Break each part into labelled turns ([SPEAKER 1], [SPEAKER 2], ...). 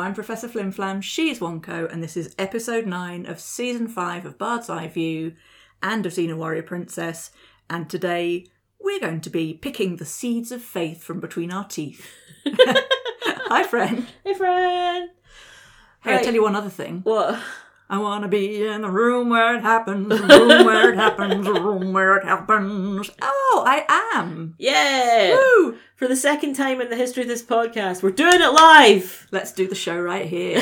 [SPEAKER 1] Flim Flam, she's Wonko, and this is episode 9 of season 5 of Bard's Eye View and of Xena Warrior Princess. And today we're going to be picking the seeds of faith from between our teeth. Hi, friend.
[SPEAKER 2] Hey, friend.
[SPEAKER 1] Hey, I'll
[SPEAKER 2] Right.
[SPEAKER 1] tell you one other thing.
[SPEAKER 2] What?
[SPEAKER 1] I want to be in the room where it happens, the room where it happens, the room where it happens. Oh, I am.
[SPEAKER 2] Yeah.
[SPEAKER 1] Woo!
[SPEAKER 2] For the second time in the history of this podcast, we're doing it live.
[SPEAKER 1] Let's do the show right here.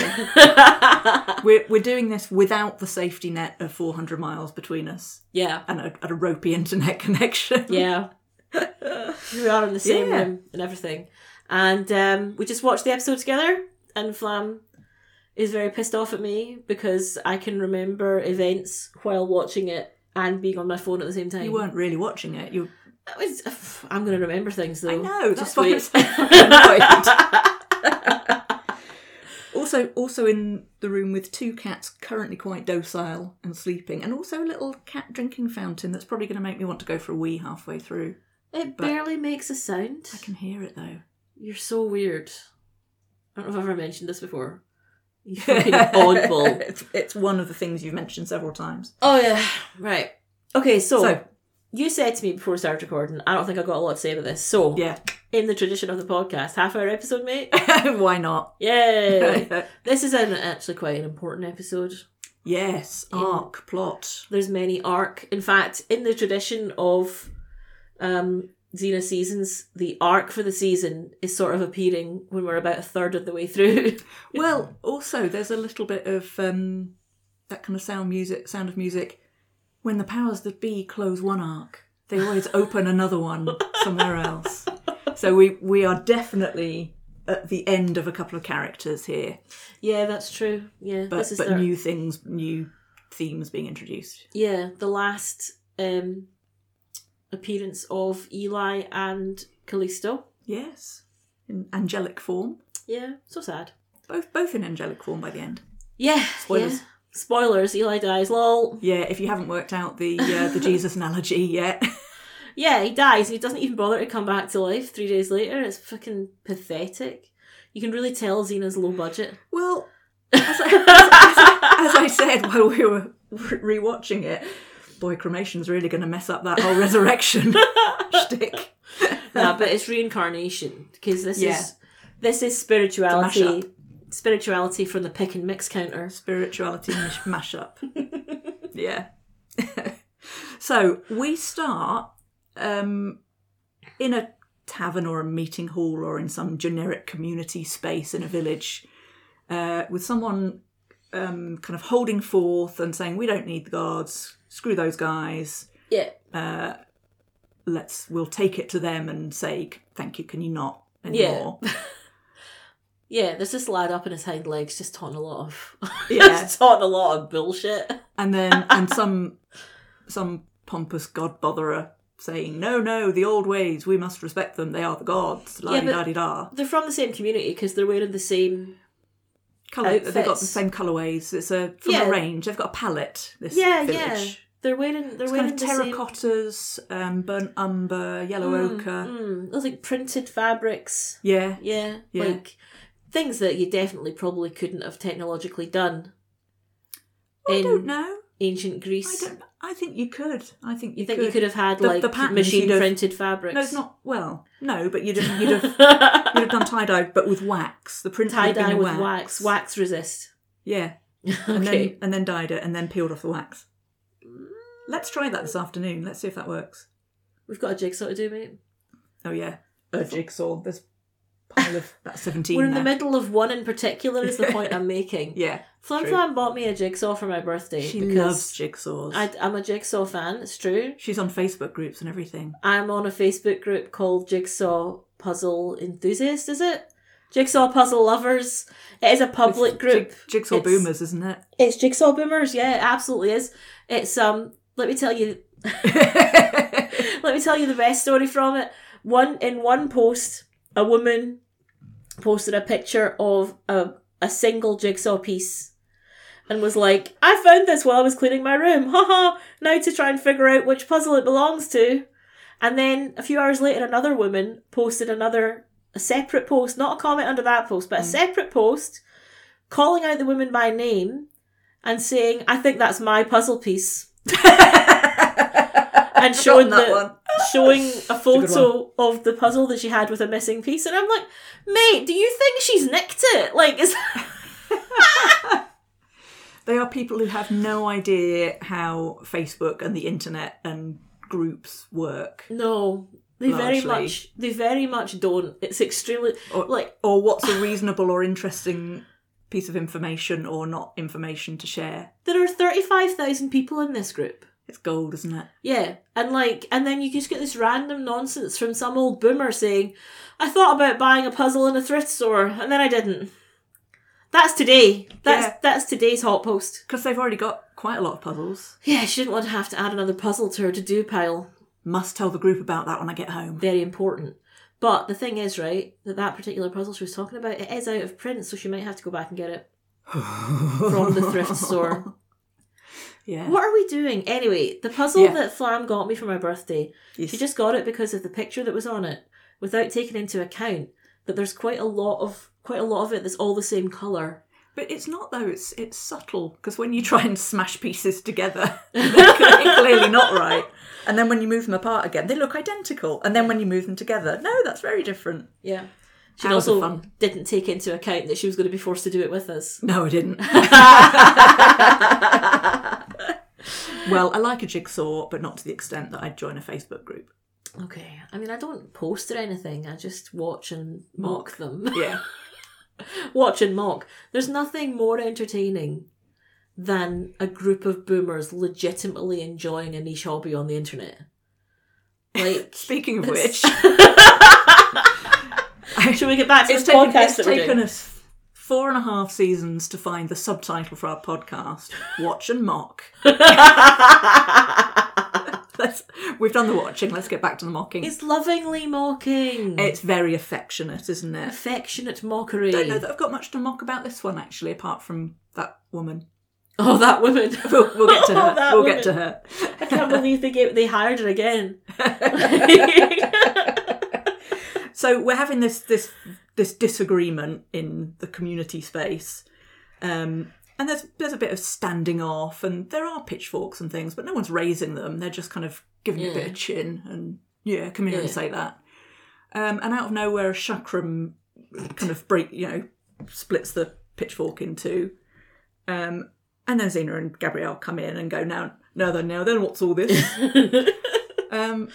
[SPEAKER 1] We're, we're doing this without the safety net of 400 miles between us
[SPEAKER 2] yeah.
[SPEAKER 1] and a, and a ropey internet connection.
[SPEAKER 2] Yeah. we are in the same
[SPEAKER 1] Yeah.
[SPEAKER 2] room and everything. And um, we just watched the episode together, and Flam is very pissed off at me because I can remember events while watching it and being on my phone at the same time.
[SPEAKER 1] You weren't really watching it. You,
[SPEAKER 2] That was- pff, I'm going to remember things though.
[SPEAKER 1] I know. That's
[SPEAKER 2] Just
[SPEAKER 1] why I'm
[SPEAKER 2] wait.
[SPEAKER 1] so fucking annoyed. also, also in the room with two cats currently quite docile and sleeping, and also a little cat drinking fountain that's probably going to make me want to go for a wee halfway through.
[SPEAKER 2] It
[SPEAKER 1] But-
[SPEAKER 2] barely makes a sound.
[SPEAKER 1] I can hear it though.
[SPEAKER 2] You're so weird. I don't know if I've ever mentioned this before. You fucking oddball.
[SPEAKER 1] it's, it's one of the things you've mentioned several times.
[SPEAKER 2] Oh yeah, right. Okay, so,
[SPEAKER 1] So-
[SPEAKER 2] you said to me before we started recording, I don't think I got a lot to say about this. So
[SPEAKER 1] Yeah,
[SPEAKER 2] in the tradition of the podcast, half hour episode, mate.
[SPEAKER 1] why not?
[SPEAKER 2] Yay! this is an actually quite an important episode.
[SPEAKER 1] yes, arc plot.
[SPEAKER 2] There's many arc. In fact, in the tradition of um Xena seasons, the arc for the season is sort of appearing when we're about a third of the way through.
[SPEAKER 1] Well, also there's a little bit of um, that kind of sound music, sound of music. When the powers that be close one arc, they always open another one somewhere else. So we we are definitely at the end of a couple of characters here,
[SPEAKER 2] yeah, that's true. Yeah,
[SPEAKER 1] but
[SPEAKER 2] this is
[SPEAKER 1] but
[SPEAKER 2] their-
[SPEAKER 1] new things, new themes being introduced.
[SPEAKER 2] Yeah, the last um appearance of Eli and Callisto.
[SPEAKER 1] Yes, in angelic form.
[SPEAKER 2] Yeah, so sad.
[SPEAKER 1] Both both in angelic form by the end.
[SPEAKER 2] Yeah,
[SPEAKER 1] Spoilers.
[SPEAKER 2] Yeah. Spoilers. Eli dies. Lol.
[SPEAKER 1] Yeah, if you haven't worked out the uh, the Jesus analogy yet,
[SPEAKER 2] Yeah, he dies. He doesn't even bother to come back to life. Three days later, it's fucking pathetic. You can really tell Xena's low budget.
[SPEAKER 1] well, as I, as I said while we were re- rewatching it, boy, cremation's really going to mess up that whole resurrection shtick.
[SPEAKER 2] nah, but it's reincarnation because this
[SPEAKER 1] Yeah.
[SPEAKER 2] is this is spirituality.
[SPEAKER 1] mashup.
[SPEAKER 2] Spirituality from the pick and mix counter.
[SPEAKER 1] Spirituality mash- mashup. yeah. so we start um, in a tavern or a meeting hall or in some generic community space in a village uh, with someone um, kind of holding forth and saying, "We don't need the gods. Screw those guys."
[SPEAKER 2] Yeah.
[SPEAKER 1] let's we'll take it to them and say thank you can you not anymore
[SPEAKER 2] Yeah, there's this lad up on his hind legs just taunting a lot of
[SPEAKER 1] Yeah.
[SPEAKER 2] just taunting a lot of bullshit.
[SPEAKER 1] and then and some some pompous god botherer saying no no the old ways we must respect them they are the gods la
[SPEAKER 2] Yeah, but-
[SPEAKER 1] da di da
[SPEAKER 2] They're from the same community because they're wearing the same.
[SPEAKER 1] color they've got the
[SPEAKER 2] Outfits.
[SPEAKER 1] same colorways it's a from
[SPEAKER 2] Yeah.
[SPEAKER 1] a range they've got a palette this
[SPEAKER 2] Yeah,
[SPEAKER 1] village
[SPEAKER 2] yeah. They're wearing. They're
[SPEAKER 1] It's
[SPEAKER 2] wearing
[SPEAKER 1] kind of terracottas, um, burnt umber,
[SPEAKER 2] the
[SPEAKER 1] yellow
[SPEAKER 2] same.
[SPEAKER 1] ochre.
[SPEAKER 2] Mm, mm. Those like printed fabrics.
[SPEAKER 1] Yeah,
[SPEAKER 2] Yeah,
[SPEAKER 1] Yeah.
[SPEAKER 2] like things that you definitely probably couldn't have technologically done
[SPEAKER 1] I
[SPEAKER 2] in
[SPEAKER 1] don't know.
[SPEAKER 2] ancient
[SPEAKER 1] I
[SPEAKER 2] Greece.
[SPEAKER 1] don't. I think you could. I think you,
[SPEAKER 2] you think
[SPEAKER 1] could.
[SPEAKER 2] you could have had
[SPEAKER 1] The-
[SPEAKER 2] like
[SPEAKER 1] the patterns
[SPEAKER 2] machine
[SPEAKER 1] you'd have-
[SPEAKER 2] printed fabrics?
[SPEAKER 1] No, it's not. Well, no, but you'd have, you'd have You'd
[SPEAKER 2] not.
[SPEAKER 1] have done tie dye, but with wax. The print would
[SPEAKER 2] Tie
[SPEAKER 1] have
[SPEAKER 2] dye
[SPEAKER 1] been
[SPEAKER 2] with
[SPEAKER 1] wax.
[SPEAKER 2] wax. Wax resist.
[SPEAKER 1] Yeah, and
[SPEAKER 2] okay.
[SPEAKER 1] then and then dyed it, and then peeled off the wax. Let's try that this afternoon. Let's see if that works.
[SPEAKER 2] We've got a jigsaw to do, mate.
[SPEAKER 1] Oh yeah, a jigsaw. There's a pile of about 17
[SPEAKER 2] We're in the
[SPEAKER 1] there.
[SPEAKER 2] middle of one in particular, is the point I'm making.
[SPEAKER 1] Yeah,
[SPEAKER 2] Flan
[SPEAKER 1] True.
[SPEAKER 2] Flan bought me a jigsaw for my birthday.
[SPEAKER 1] she
[SPEAKER 2] because
[SPEAKER 1] loves jigsaws.
[SPEAKER 2] I, I'm a jigsaw fan, it's true.
[SPEAKER 1] She's on Facebook groups and everything.
[SPEAKER 2] I'm on a Facebook group called Jigsaw Puzzle Enthusiast, is it? Jigsaw Puzzle Lovers. It is a public
[SPEAKER 1] It's
[SPEAKER 2] group.
[SPEAKER 1] jig- jigsaw
[SPEAKER 2] It's-
[SPEAKER 1] boomers, isn't it?
[SPEAKER 2] It's Jigsaw Boomers, yeah, it absolutely is. It's um let me tell you let me tell you the best story from it. One in one post, a woman posted a picture of a, a single jigsaw piece and was like, I found this while I was cleaning my room. Haha, now to try and figure out which puzzle it belongs to. And then a few hours later another
[SPEAKER 1] Mm.
[SPEAKER 2] woman posted another a separate post, not a comment under that post, but a separate post calling out the woman by name and saying, I think that's my puzzle piece.
[SPEAKER 1] and
[SPEAKER 2] showing
[SPEAKER 1] that
[SPEAKER 2] the-
[SPEAKER 1] one.
[SPEAKER 2] Showing a
[SPEAKER 3] good
[SPEAKER 2] photo of the puzzle that she had with a missing piece. And I'm like, mate, do you think she's nicked it? Like, is
[SPEAKER 1] They are people who have no idea how Facebook and the internet and groups work
[SPEAKER 2] No, they very
[SPEAKER 1] Largely.
[SPEAKER 2] much they very much don't. It's extremely
[SPEAKER 1] Or-
[SPEAKER 2] like
[SPEAKER 1] or what's a reasonable or interesting piece of information or not information to share.
[SPEAKER 2] there are thirty five thousand people in this group.
[SPEAKER 1] It's gold, isn't it?
[SPEAKER 2] Yeah, and like, and then you just get this random nonsense from some old boomer saying, "I thought about buying a puzzle in a thrift store, and then I didn't." That's today. That's
[SPEAKER 1] Yeah.
[SPEAKER 2] that's today's hot post.
[SPEAKER 1] Because they've already got quite a lot of puzzles.
[SPEAKER 2] Yeah, she didn't want to have to add another puzzle to her to do pile.
[SPEAKER 1] Must tell the group about that when I get home.
[SPEAKER 2] Very important. But the thing is, right, that that particular puzzle she was talking about, it is out of print, so she might have to go back and get it from the thrift store.
[SPEAKER 1] Yeah.
[SPEAKER 2] What are we doing? Anyway, the puzzle
[SPEAKER 1] Yeah.
[SPEAKER 2] that Flam got me for my birthday,
[SPEAKER 1] Yes.
[SPEAKER 2] she just got it because of the picture that was on it, without taking into account that there's quite a lot of quite a lot of it that's all the same colour.
[SPEAKER 1] But it's not though. It's it's subtle because when you try and smash pieces together, they're clearly clearly not right. And then when you move them apart again, they look identical. And then when you move them together, no, that's very different.
[SPEAKER 2] Yeah. She
[SPEAKER 1] How's the
[SPEAKER 2] also
[SPEAKER 1] fun?
[SPEAKER 2] didn't take into account that she was going to be forced to do it with us.
[SPEAKER 1] No, I didn't. well, I like a jigsaw, but not to the extent that I'd join a Facebook group.
[SPEAKER 2] Okay. I mean, I don't post or anything. I just watch and mock them.
[SPEAKER 1] Yeah.
[SPEAKER 2] watch and mock. There's nothing more entertaining than a group of boomers legitimately enjoying a niche hobby on the internet. Like,
[SPEAKER 1] Speaking of
[SPEAKER 2] It's-
[SPEAKER 1] which,
[SPEAKER 2] should we get back to
[SPEAKER 1] it's
[SPEAKER 2] this
[SPEAKER 1] taken,
[SPEAKER 2] podcast
[SPEAKER 1] it's
[SPEAKER 2] that we're
[SPEAKER 1] taken
[SPEAKER 2] doing?
[SPEAKER 1] us four and a half seasons to find the subtitle for our podcast Watch and Mock. Let's, we've done the watching, let's get back to the mocking. It's,
[SPEAKER 2] It's lovingly mocking.
[SPEAKER 1] very affectionate, isn't it?
[SPEAKER 2] affectionate mockery.
[SPEAKER 1] I don't know that I've got much to mock about this one, actually, apart from that woman.
[SPEAKER 2] Oh, that woman.
[SPEAKER 1] We'll, we'll get to her.
[SPEAKER 2] That
[SPEAKER 1] we'll
[SPEAKER 2] woman.
[SPEAKER 1] get to her.
[SPEAKER 2] I can't believe they gave, they hired her again.
[SPEAKER 1] So we're having this this this disagreement in the community space, um, and there's there's a bit of standing off, and there are pitchforks and things, but no one's raising them. They're just kind of giving you a bit
[SPEAKER 2] Yeah.
[SPEAKER 1] of chin and yeah, come here and
[SPEAKER 2] Yeah.
[SPEAKER 1] say that. Um, and out of nowhere, a chakram kind of break, you know, splits the pitchfork in two. Um, and then Xena and Gabrielle come in and go, now, now then, now then, what's all this? Um,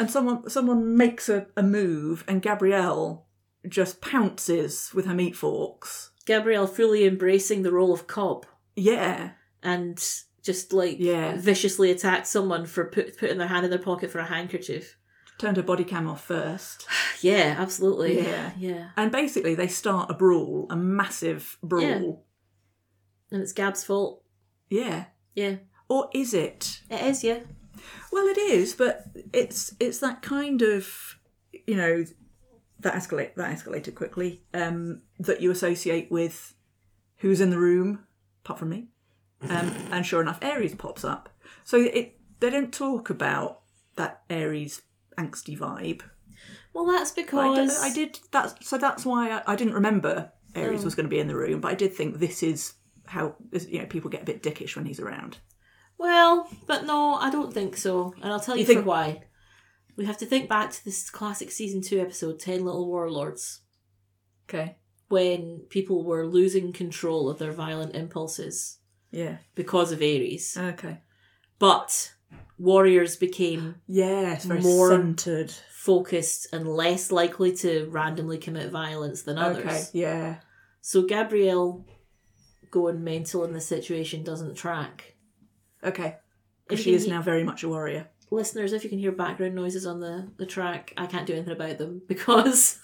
[SPEAKER 1] and someone someone makes a, a move, and Gabrielle just pounces with her meat forks.
[SPEAKER 2] Gabrielle fully embracing the role of cop
[SPEAKER 1] Yeah,
[SPEAKER 2] and just like
[SPEAKER 1] Yeah.
[SPEAKER 2] viciously attacked someone for put, putting their hand in their pocket for a handkerchief.
[SPEAKER 1] turned her body cam off first,
[SPEAKER 2] Yeah, absolutely.
[SPEAKER 1] Yeah.
[SPEAKER 2] yeah.
[SPEAKER 1] and basically they start a brawl, a massive brawl.
[SPEAKER 2] And it's Gab's fault.
[SPEAKER 1] Yeah.
[SPEAKER 2] Yeah,
[SPEAKER 1] or is it?
[SPEAKER 2] it is. Yeah,
[SPEAKER 1] Well, it is, but it's it's that kind of you know that escalate that escalated quickly um, that you associate with who's in the room, apart from me, um, and sure enough, Aries pops up. So it they don't talk about that Aries angsty vibe.
[SPEAKER 2] Well, that's
[SPEAKER 1] But I did,
[SPEAKER 2] because
[SPEAKER 1] I did that, so that's why I, I didn't remember Aries was going to be in the room, but I did think this is how this- you know people get a bit dickish when he's around.
[SPEAKER 2] Well, but no, I don't think so, and I'll tell you,
[SPEAKER 1] You think-
[SPEAKER 2] for why. We have to think back to this classic season two episode, Ten Little Warlords,
[SPEAKER 1] Okay.
[SPEAKER 2] when people were losing control of their violent impulses
[SPEAKER 1] Yeah.
[SPEAKER 2] because of Aries,
[SPEAKER 1] Okay.
[SPEAKER 2] but warriors became
[SPEAKER 1] Yes, very
[SPEAKER 2] More-
[SPEAKER 1] centered.
[SPEAKER 2] focused and less likely to randomly commit violence than others.
[SPEAKER 1] Okay, yeah.
[SPEAKER 2] So Gabrielle going mental in this situation doesn't track.
[SPEAKER 1] Okay.
[SPEAKER 2] If
[SPEAKER 1] Because
[SPEAKER 2] you
[SPEAKER 1] she
[SPEAKER 2] can
[SPEAKER 1] is
[SPEAKER 2] he-
[SPEAKER 1] now very much a warrior.
[SPEAKER 2] listeners, if you can hear background noises on the, the track, I can't do anything about them because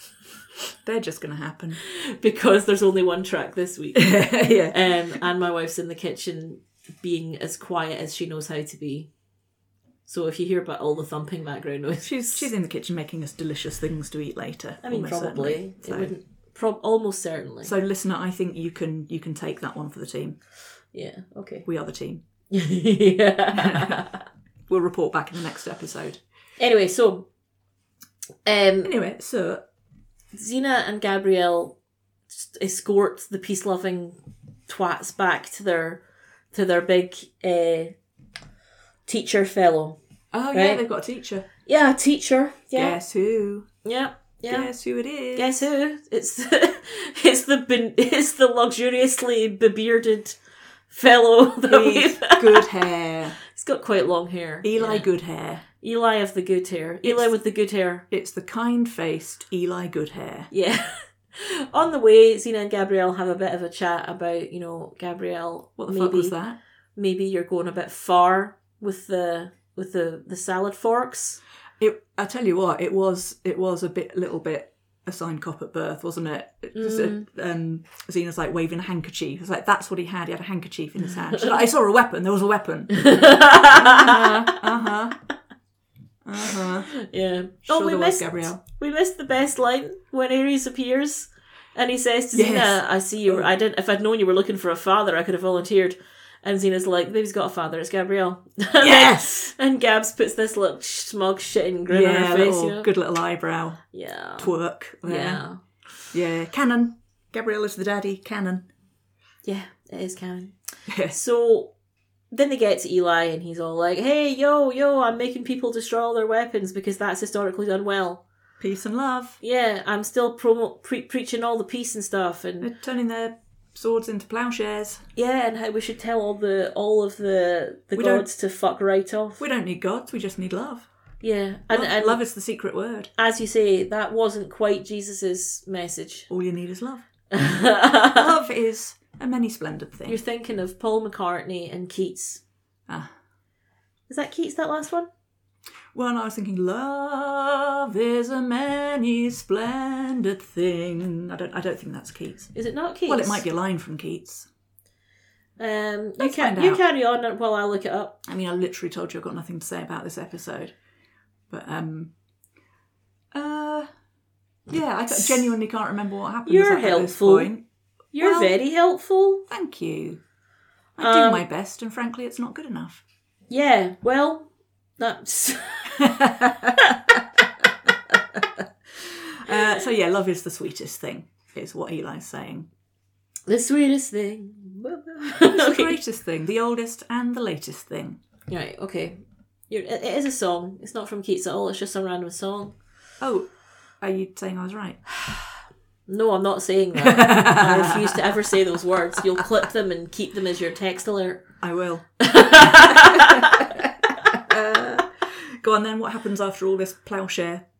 [SPEAKER 1] They're just going to happen.
[SPEAKER 2] because there's only one track this week. um,
[SPEAKER 1] yeah.
[SPEAKER 2] and my wife's in the kitchen being as quiet as she knows how to be. So if you hear about all the thumping background noise,
[SPEAKER 1] She's she's in the kitchen making us delicious things to eat later.
[SPEAKER 2] I mean,
[SPEAKER 1] almost
[SPEAKER 2] probably
[SPEAKER 1] certainly. So,
[SPEAKER 2] it wouldn't. Prob- almost certainly.
[SPEAKER 1] so listener, I think you can you can take that one for the team.
[SPEAKER 2] yeah. Okay.
[SPEAKER 1] We are the team.
[SPEAKER 2] yeah.
[SPEAKER 1] We'll report back in the next episode.
[SPEAKER 2] Anyway, so um,
[SPEAKER 1] Anyway, so
[SPEAKER 2] Xena and Gabrielle s- escort the peace loving twats back to their to their big uh, teacher fellow.
[SPEAKER 1] Oh yeah,
[SPEAKER 2] Right.
[SPEAKER 1] they've got a teacher.
[SPEAKER 2] Yeah, teacher. Yeah,
[SPEAKER 1] Guess who?
[SPEAKER 2] yeah, yeah.
[SPEAKER 1] Guess who it is?
[SPEAKER 2] Guess who? It's it's the ben- it's the luxuriously bebearded fellow that we've.
[SPEAKER 1] With good hair.
[SPEAKER 2] He's got quite long hair.
[SPEAKER 1] Eli Goodhair.
[SPEAKER 2] Yeah. Eli of the good hair. Eli with the good hair.
[SPEAKER 1] It's the kind-faced Eli Goodhair.
[SPEAKER 2] Yeah. On the way, Zena and Gabrielle have a bit of a chat about, you know, Gabrielle.
[SPEAKER 1] What the
[SPEAKER 2] maybe,
[SPEAKER 1] fuck was that?
[SPEAKER 2] Maybe you're going a bit far with the with the the salad forks.
[SPEAKER 1] It. I tell you what, it was. It was a bit, little bit assigned cop at birth, wasn't it? It just,
[SPEAKER 2] Mm.
[SPEAKER 1] uh, um, Xena's like waving a handkerchief. It's like that's what he had. He had a handkerchief in his hand. She's like, I saw a weapon. There was a weapon. Uh
[SPEAKER 2] yeah.
[SPEAKER 1] huh. Uh huh.
[SPEAKER 2] oh, we
[SPEAKER 1] there was
[SPEAKER 2] missed
[SPEAKER 1] Gabrielle.
[SPEAKER 2] we missed the best line when Ares appears, and he says to
[SPEAKER 1] Yes.
[SPEAKER 2] Zena, "I see you. Were, I didn't. If I'd known you were looking for a father, I could have volunteered." And Zena's like, "The "Baby's got a father. It's Gabrielle."
[SPEAKER 1] Yes.
[SPEAKER 2] and Gabs puts this look smug shitting grin on
[SPEAKER 1] Yeah,
[SPEAKER 2] her face.
[SPEAKER 1] little,
[SPEAKER 2] you know?
[SPEAKER 1] good little eyebrow
[SPEAKER 2] Yeah.
[SPEAKER 1] twerk. There.
[SPEAKER 2] Yeah.
[SPEAKER 1] Yeah, Canon. Gabrielle is the daddy. Canon.
[SPEAKER 2] Yeah, it is Karen.
[SPEAKER 1] Yes.
[SPEAKER 2] So then they get to Eli and he's all like, hey, yo, yo, I'm making people destroy all their weapons because that's historically done well.
[SPEAKER 1] Peace and love.
[SPEAKER 2] Yeah, I'm still promo- pre- preaching all the peace and stuff and
[SPEAKER 1] They're turning their swords into plowshares.
[SPEAKER 2] yeah, and how we should tell all the all of the the
[SPEAKER 1] We don't-
[SPEAKER 2] gods to fuck right off.
[SPEAKER 1] We don't need gods. We just need love.
[SPEAKER 2] yeah, and,
[SPEAKER 1] love,
[SPEAKER 2] and
[SPEAKER 1] love is the secret word.
[SPEAKER 2] as you say, that wasn't quite Jesus's message.
[SPEAKER 1] All you need is love.
[SPEAKER 2] You're
[SPEAKER 1] Love is a many splendid thing.
[SPEAKER 2] thinking of Paul McCartney and Keats.
[SPEAKER 1] Ah.
[SPEAKER 2] Is that Keats that last one?
[SPEAKER 1] Well, and I was thinking, love is a many splendid thing. I don't. I don't think that's Keats.
[SPEAKER 2] Is it not Keats?
[SPEAKER 1] Well, it might be a line from Keats.
[SPEAKER 2] Um, you
[SPEAKER 1] Let's
[SPEAKER 2] can
[SPEAKER 1] find
[SPEAKER 2] you
[SPEAKER 1] out.
[SPEAKER 2] carry on and- while I look it up.
[SPEAKER 1] I mean, I literally told you I've got nothing to say about this episode, but um, uh, yeah, I ca- genuinely can't remember what happened.
[SPEAKER 2] You're
[SPEAKER 1] at this
[SPEAKER 2] helpful.
[SPEAKER 1] point.
[SPEAKER 2] You're
[SPEAKER 1] Well-
[SPEAKER 2] very helpful.
[SPEAKER 1] Thank you. I
[SPEAKER 2] Um,
[SPEAKER 1] do my best, and frankly, it's not good enough.
[SPEAKER 2] Yeah. Well, that's
[SPEAKER 1] Uh, so yeah, love is the sweetest thing, is what Eli's saying.
[SPEAKER 2] the sweetest thing.
[SPEAKER 1] It's the
[SPEAKER 2] okay.
[SPEAKER 1] greatest thing, the oldest and the latest thing.
[SPEAKER 2] Right. Okay. You're, it, it is a song. It's not from Keats at all. It's just a random song.
[SPEAKER 1] Oh, are you saying I was right?
[SPEAKER 2] No, I'm not saying that. I refuse to ever say those words. You'll clip them and keep them as your text alert.
[SPEAKER 1] I will. Go on then. What happens after all this plowshare?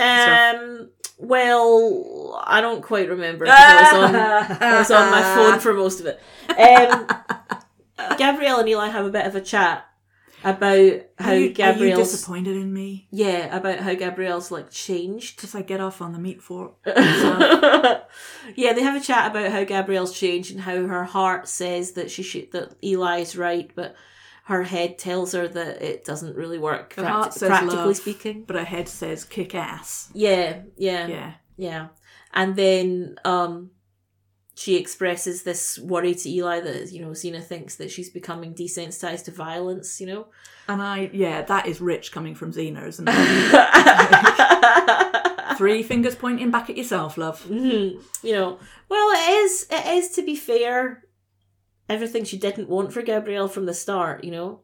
[SPEAKER 2] Um. Well, I don't quite remember. 'cause I was on I was on my phone for most of it. Um, Gabrielle and Eli have a bit of a chat about how
[SPEAKER 1] Are you, are you
[SPEAKER 2] Gabrielle's
[SPEAKER 1] disappointed in me?
[SPEAKER 2] yeah about how Gabrielle's like changed.
[SPEAKER 1] Because I get off on the meat fork.
[SPEAKER 2] Uh,
[SPEAKER 1] Uh-huh.
[SPEAKER 2] yeah, they have a chat about how Gabrielle's changed and how her heart says that she should that Eli's right, but her head tells her that it doesn't really work.
[SPEAKER 1] Her heart
[SPEAKER 2] practi-
[SPEAKER 1] says
[SPEAKER 2] practically
[SPEAKER 1] love,
[SPEAKER 2] speaking,
[SPEAKER 1] but her head says kick ass.
[SPEAKER 2] yeah, yeah,
[SPEAKER 1] Yeah.
[SPEAKER 2] yeah. And then um, she expresses this worry to Eli that, you know, Xena thinks that she's becoming desensitized to violence, you know?
[SPEAKER 1] And I, yeah, that is rich coming from Xena, isn't it? Three fingers pointing back at yourself, love.
[SPEAKER 2] Mhm. you know, well, it is, it is, to be fair, everything she didn't want for Gabrielle from the start, you know?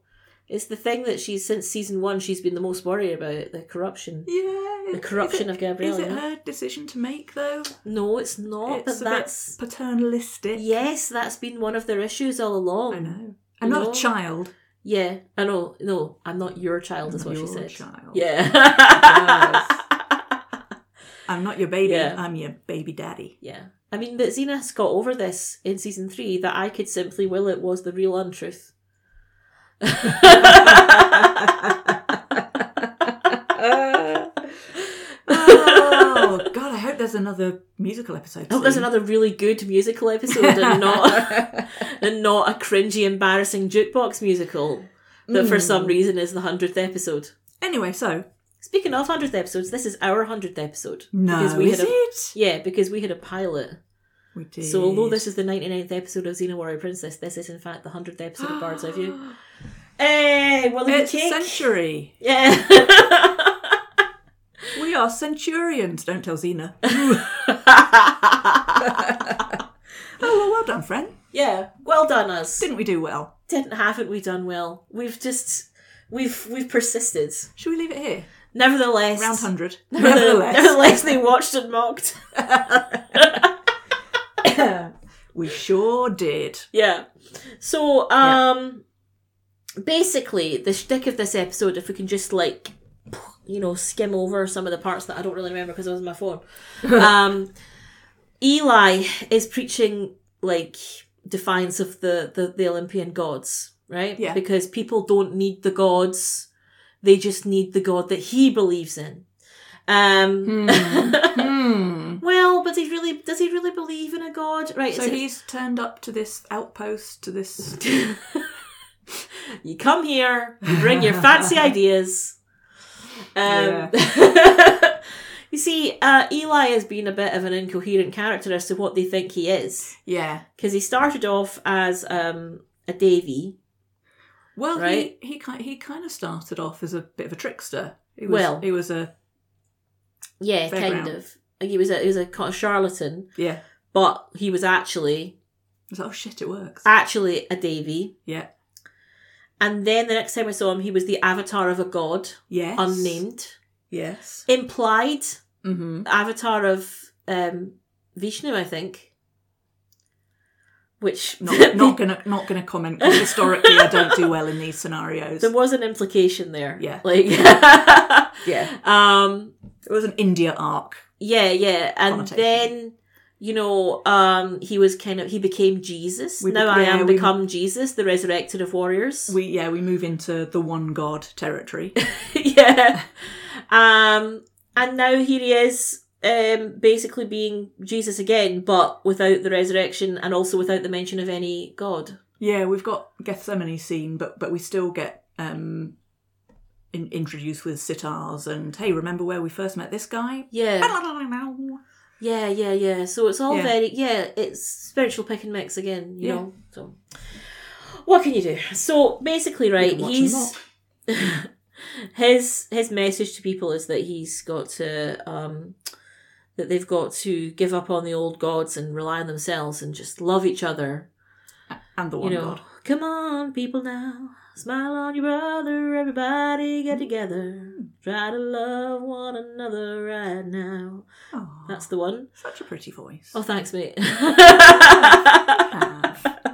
[SPEAKER 2] It's the thing that she's, since season one, she's been the most worried about the corruption.
[SPEAKER 1] Yeah.
[SPEAKER 2] The corruption of Gabrielle.
[SPEAKER 1] Is it
[SPEAKER 2] you know?
[SPEAKER 1] her decision to make, though?
[SPEAKER 2] No, it's not,
[SPEAKER 1] it's a
[SPEAKER 2] but that's.
[SPEAKER 1] bit paternalistic.
[SPEAKER 2] Yes, that's been one of their issues all along.
[SPEAKER 1] I know. I'm not
[SPEAKER 2] No.
[SPEAKER 1] a child.
[SPEAKER 2] Yeah, I know. No, I'm not your child, is
[SPEAKER 1] I'm
[SPEAKER 2] what she
[SPEAKER 1] your
[SPEAKER 2] said.
[SPEAKER 1] child.
[SPEAKER 2] Yeah.
[SPEAKER 1] I'm not your baby.
[SPEAKER 2] Yeah.
[SPEAKER 1] I'm your baby daddy.
[SPEAKER 2] yeah. I mean, but Xena's got over this in season three that I could simply will it was the real untruth.
[SPEAKER 1] oh God! I hope there's another musical episode.
[SPEAKER 2] I hope there's
[SPEAKER 1] soon.
[SPEAKER 2] another really good musical episode and not and not a cringy, embarrassing jukebox musical that for
[SPEAKER 1] Mm.
[SPEAKER 2] some reason is the hundredth episode.
[SPEAKER 1] Anyway, so
[SPEAKER 2] Speaking of hundredth episodes, this is our hundredth episode.
[SPEAKER 1] no, is
[SPEAKER 2] had a,
[SPEAKER 1] it?
[SPEAKER 2] Yeah, because we had a pilot.
[SPEAKER 1] We did.
[SPEAKER 2] So although this is the 99th episode of Xena Warrior Princess, this is in fact the 100th episode of Bard's Eye View. Hey, well,
[SPEAKER 1] it's
[SPEAKER 2] cake.
[SPEAKER 1] century.
[SPEAKER 2] yeah.
[SPEAKER 1] We are centurions. Don't tell Xena. oh well, well done, friend.
[SPEAKER 2] Yeah, well done us.
[SPEAKER 1] Didn't we do well?
[SPEAKER 2] Didn't haven't we done well? We've just we've we've persisted.
[SPEAKER 1] Should we leave it here?
[SPEAKER 2] Nevertheless,
[SPEAKER 1] Round 100.
[SPEAKER 2] nevertheless,
[SPEAKER 1] Nevertheless,
[SPEAKER 2] they watched and mocked.
[SPEAKER 1] we sure did.
[SPEAKER 2] Yeah. So, um, basically, the shtick of this episode, if we can just like, you know, skim over some of the parts that I don't really remember because it was on my phone. um, Eli is preaching like defiance of the, the the Olympian gods, right?
[SPEAKER 1] Yeah.
[SPEAKER 2] Because people don't need the gods; they just need the god that he believes in. Um.
[SPEAKER 1] Hmm.
[SPEAKER 2] Well, but he really does he really believe in a god? Right.
[SPEAKER 1] So
[SPEAKER 2] it's-
[SPEAKER 1] he's turned up to this outpost, to this.
[SPEAKER 2] You come here, you bring your fancy ideas. Um, you see, uh, Eli has been a bit of an incoherent character as to what they think he is.
[SPEAKER 1] Yeah.
[SPEAKER 2] Because he started off as um, a Davy.
[SPEAKER 1] Well,
[SPEAKER 2] Right?
[SPEAKER 1] he, he, ki- he kind of started off as a bit of a trickster. He was,
[SPEAKER 2] Well.
[SPEAKER 1] He was a.
[SPEAKER 2] Yeah, kind
[SPEAKER 1] Fairground.
[SPEAKER 2] of. He was a, he was a kind of charlatan,
[SPEAKER 1] Yeah.
[SPEAKER 2] but he was actually
[SPEAKER 1] I was like, oh shit, it works.
[SPEAKER 2] Ah. actually a Davy.
[SPEAKER 1] yeah.
[SPEAKER 2] And then the next time I saw him, he was the avatar of a god,
[SPEAKER 1] Yes.
[SPEAKER 2] unnamed,
[SPEAKER 1] Yes.
[SPEAKER 2] implied
[SPEAKER 1] Mm-hmm.
[SPEAKER 2] avatar of um, Vishnu, I think. Which
[SPEAKER 1] Not, not gonna not gonna comment 'cause historically I don't do well in these scenarios.
[SPEAKER 2] there was an implication there.
[SPEAKER 1] Yeah.
[SPEAKER 2] Like
[SPEAKER 1] yeah.
[SPEAKER 2] um
[SPEAKER 1] It was an India arc.
[SPEAKER 2] yeah, yeah. And
[SPEAKER 1] Connotation.
[SPEAKER 2] then you know, um he was kind of he became Jesus.
[SPEAKER 1] We be-
[SPEAKER 2] now I
[SPEAKER 1] yeah,
[SPEAKER 2] am
[SPEAKER 1] we-
[SPEAKER 2] become Jesus, the resurrected of warriors.
[SPEAKER 1] We yeah, we move into the one god territory.
[SPEAKER 2] yeah. Um and now here he is um basically being Jesus again, but without the resurrection and also without the mention of any god.
[SPEAKER 1] yeah, we've got Gethsemane scene, but but we still get um in, introduced with sitars and hey, remember where we first met this guy?
[SPEAKER 2] Yeah.
[SPEAKER 1] Yeah.
[SPEAKER 2] Yeah, yeah, yeah. So it's all
[SPEAKER 1] Yeah.
[SPEAKER 2] very yeah, it's spiritual pick and mix again, you
[SPEAKER 1] Yeah.
[SPEAKER 2] know. So what can you do? So basically, right,
[SPEAKER 1] watch and
[SPEAKER 2] he's his his message to people is that he's got to um that they've got to give up on the old gods and rely on themselves and just love each other.
[SPEAKER 1] And the one
[SPEAKER 2] you know,
[SPEAKER 1] god.
[SPEAKER 2] come on, people now. Smile on your brother, everybody
[SPEAKER 1] Mm.
[SPEAKER 2] get together. Try to love one another right now.
[SPEAKER 1] Oh,
[SPEAKER 2] That's the one.
[SPEAKER 1] such a pretty voice.
[SPEAKER 2] Oh, thanks, mate.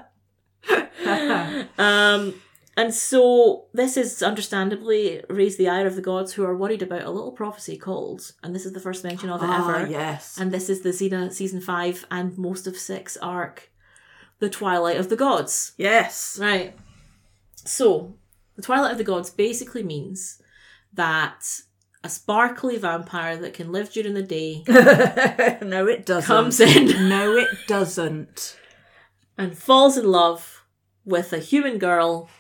[SPEAKER 2] um, and so this is understandably raised the ire of the gods who are worried about a little prophecy called, and this is the first mention of it
[SPEAKER 1] ah,
[SPEAKER 2] ever.
[SPEAKER 1] yes.
[SPEAKER 2] And this is the Xena season five and most of six arc, The Twilight of the Gods.
[SPEAKER 1] yes.
[SPEAKER 2] Right. So, The Twilight of the Gods basically means that a sparkly vampire that can live during the day
[SPEAKER 1] no, it doesn't.
[SPEAKER 2] comes in.
[SPEAKER 1] No, it doesn't.
[SPEAKER 2] and falls in love with a human girl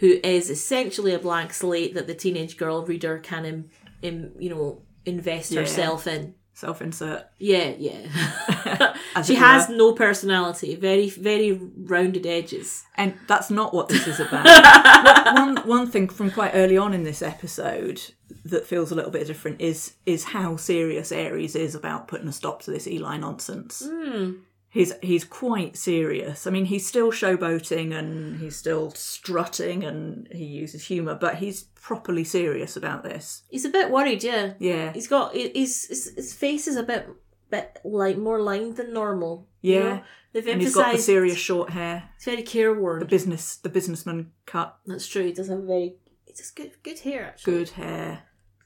[SPEAKER 2] who is essentially a blank slate that the teenage girl reader can Im, im, you know invest
[SPEAKER 1] Yeah.
[SPEAKER 2] herself in
[SPEAKER 1] Self insert.
[SPEAKER 2] yeah yeah
[SPEAKER 1] As
[SPEAKER 2] she
[SPEAKER 1] it
[SPEAKER 2] has
[SPEAKER 1] were.
[SPEAKER 2] no personality very very rounded edges
[SPEAKER 1] And that's not what this is about. one, one thing from quite early on in this episode that feels a little bit different is is how serious Ares is about putting a stop to this Eli nonsense.
[SPEAKER 2] Hmm.
[SPEAKER 1] He's he's quite serious. I mean, he's still showboating and he's still strutting and he uses humour, but he's properly serious about this.
[SPEAKER 2] he's a bit worried yeah
[SPEAKER 1] Yeah,
[SPEAKER 2] he's got he- he's, his, his face is a bit bit like more lined than normal you
[SPEAKER 1] Yeah.
[SPEAKER 2] know? they've
[SPEAKER 1] and he's got the
[SPEAKER 2] emphasized
[SPEAKER 1] serious short hair,
[SPEAKER 2] it's very careworn
[SPEAKER 1] the business the businessman cut,
[SPEAKER 2] that's true he does have very it's just good good hair actually
[SPEAKER 1] good hair.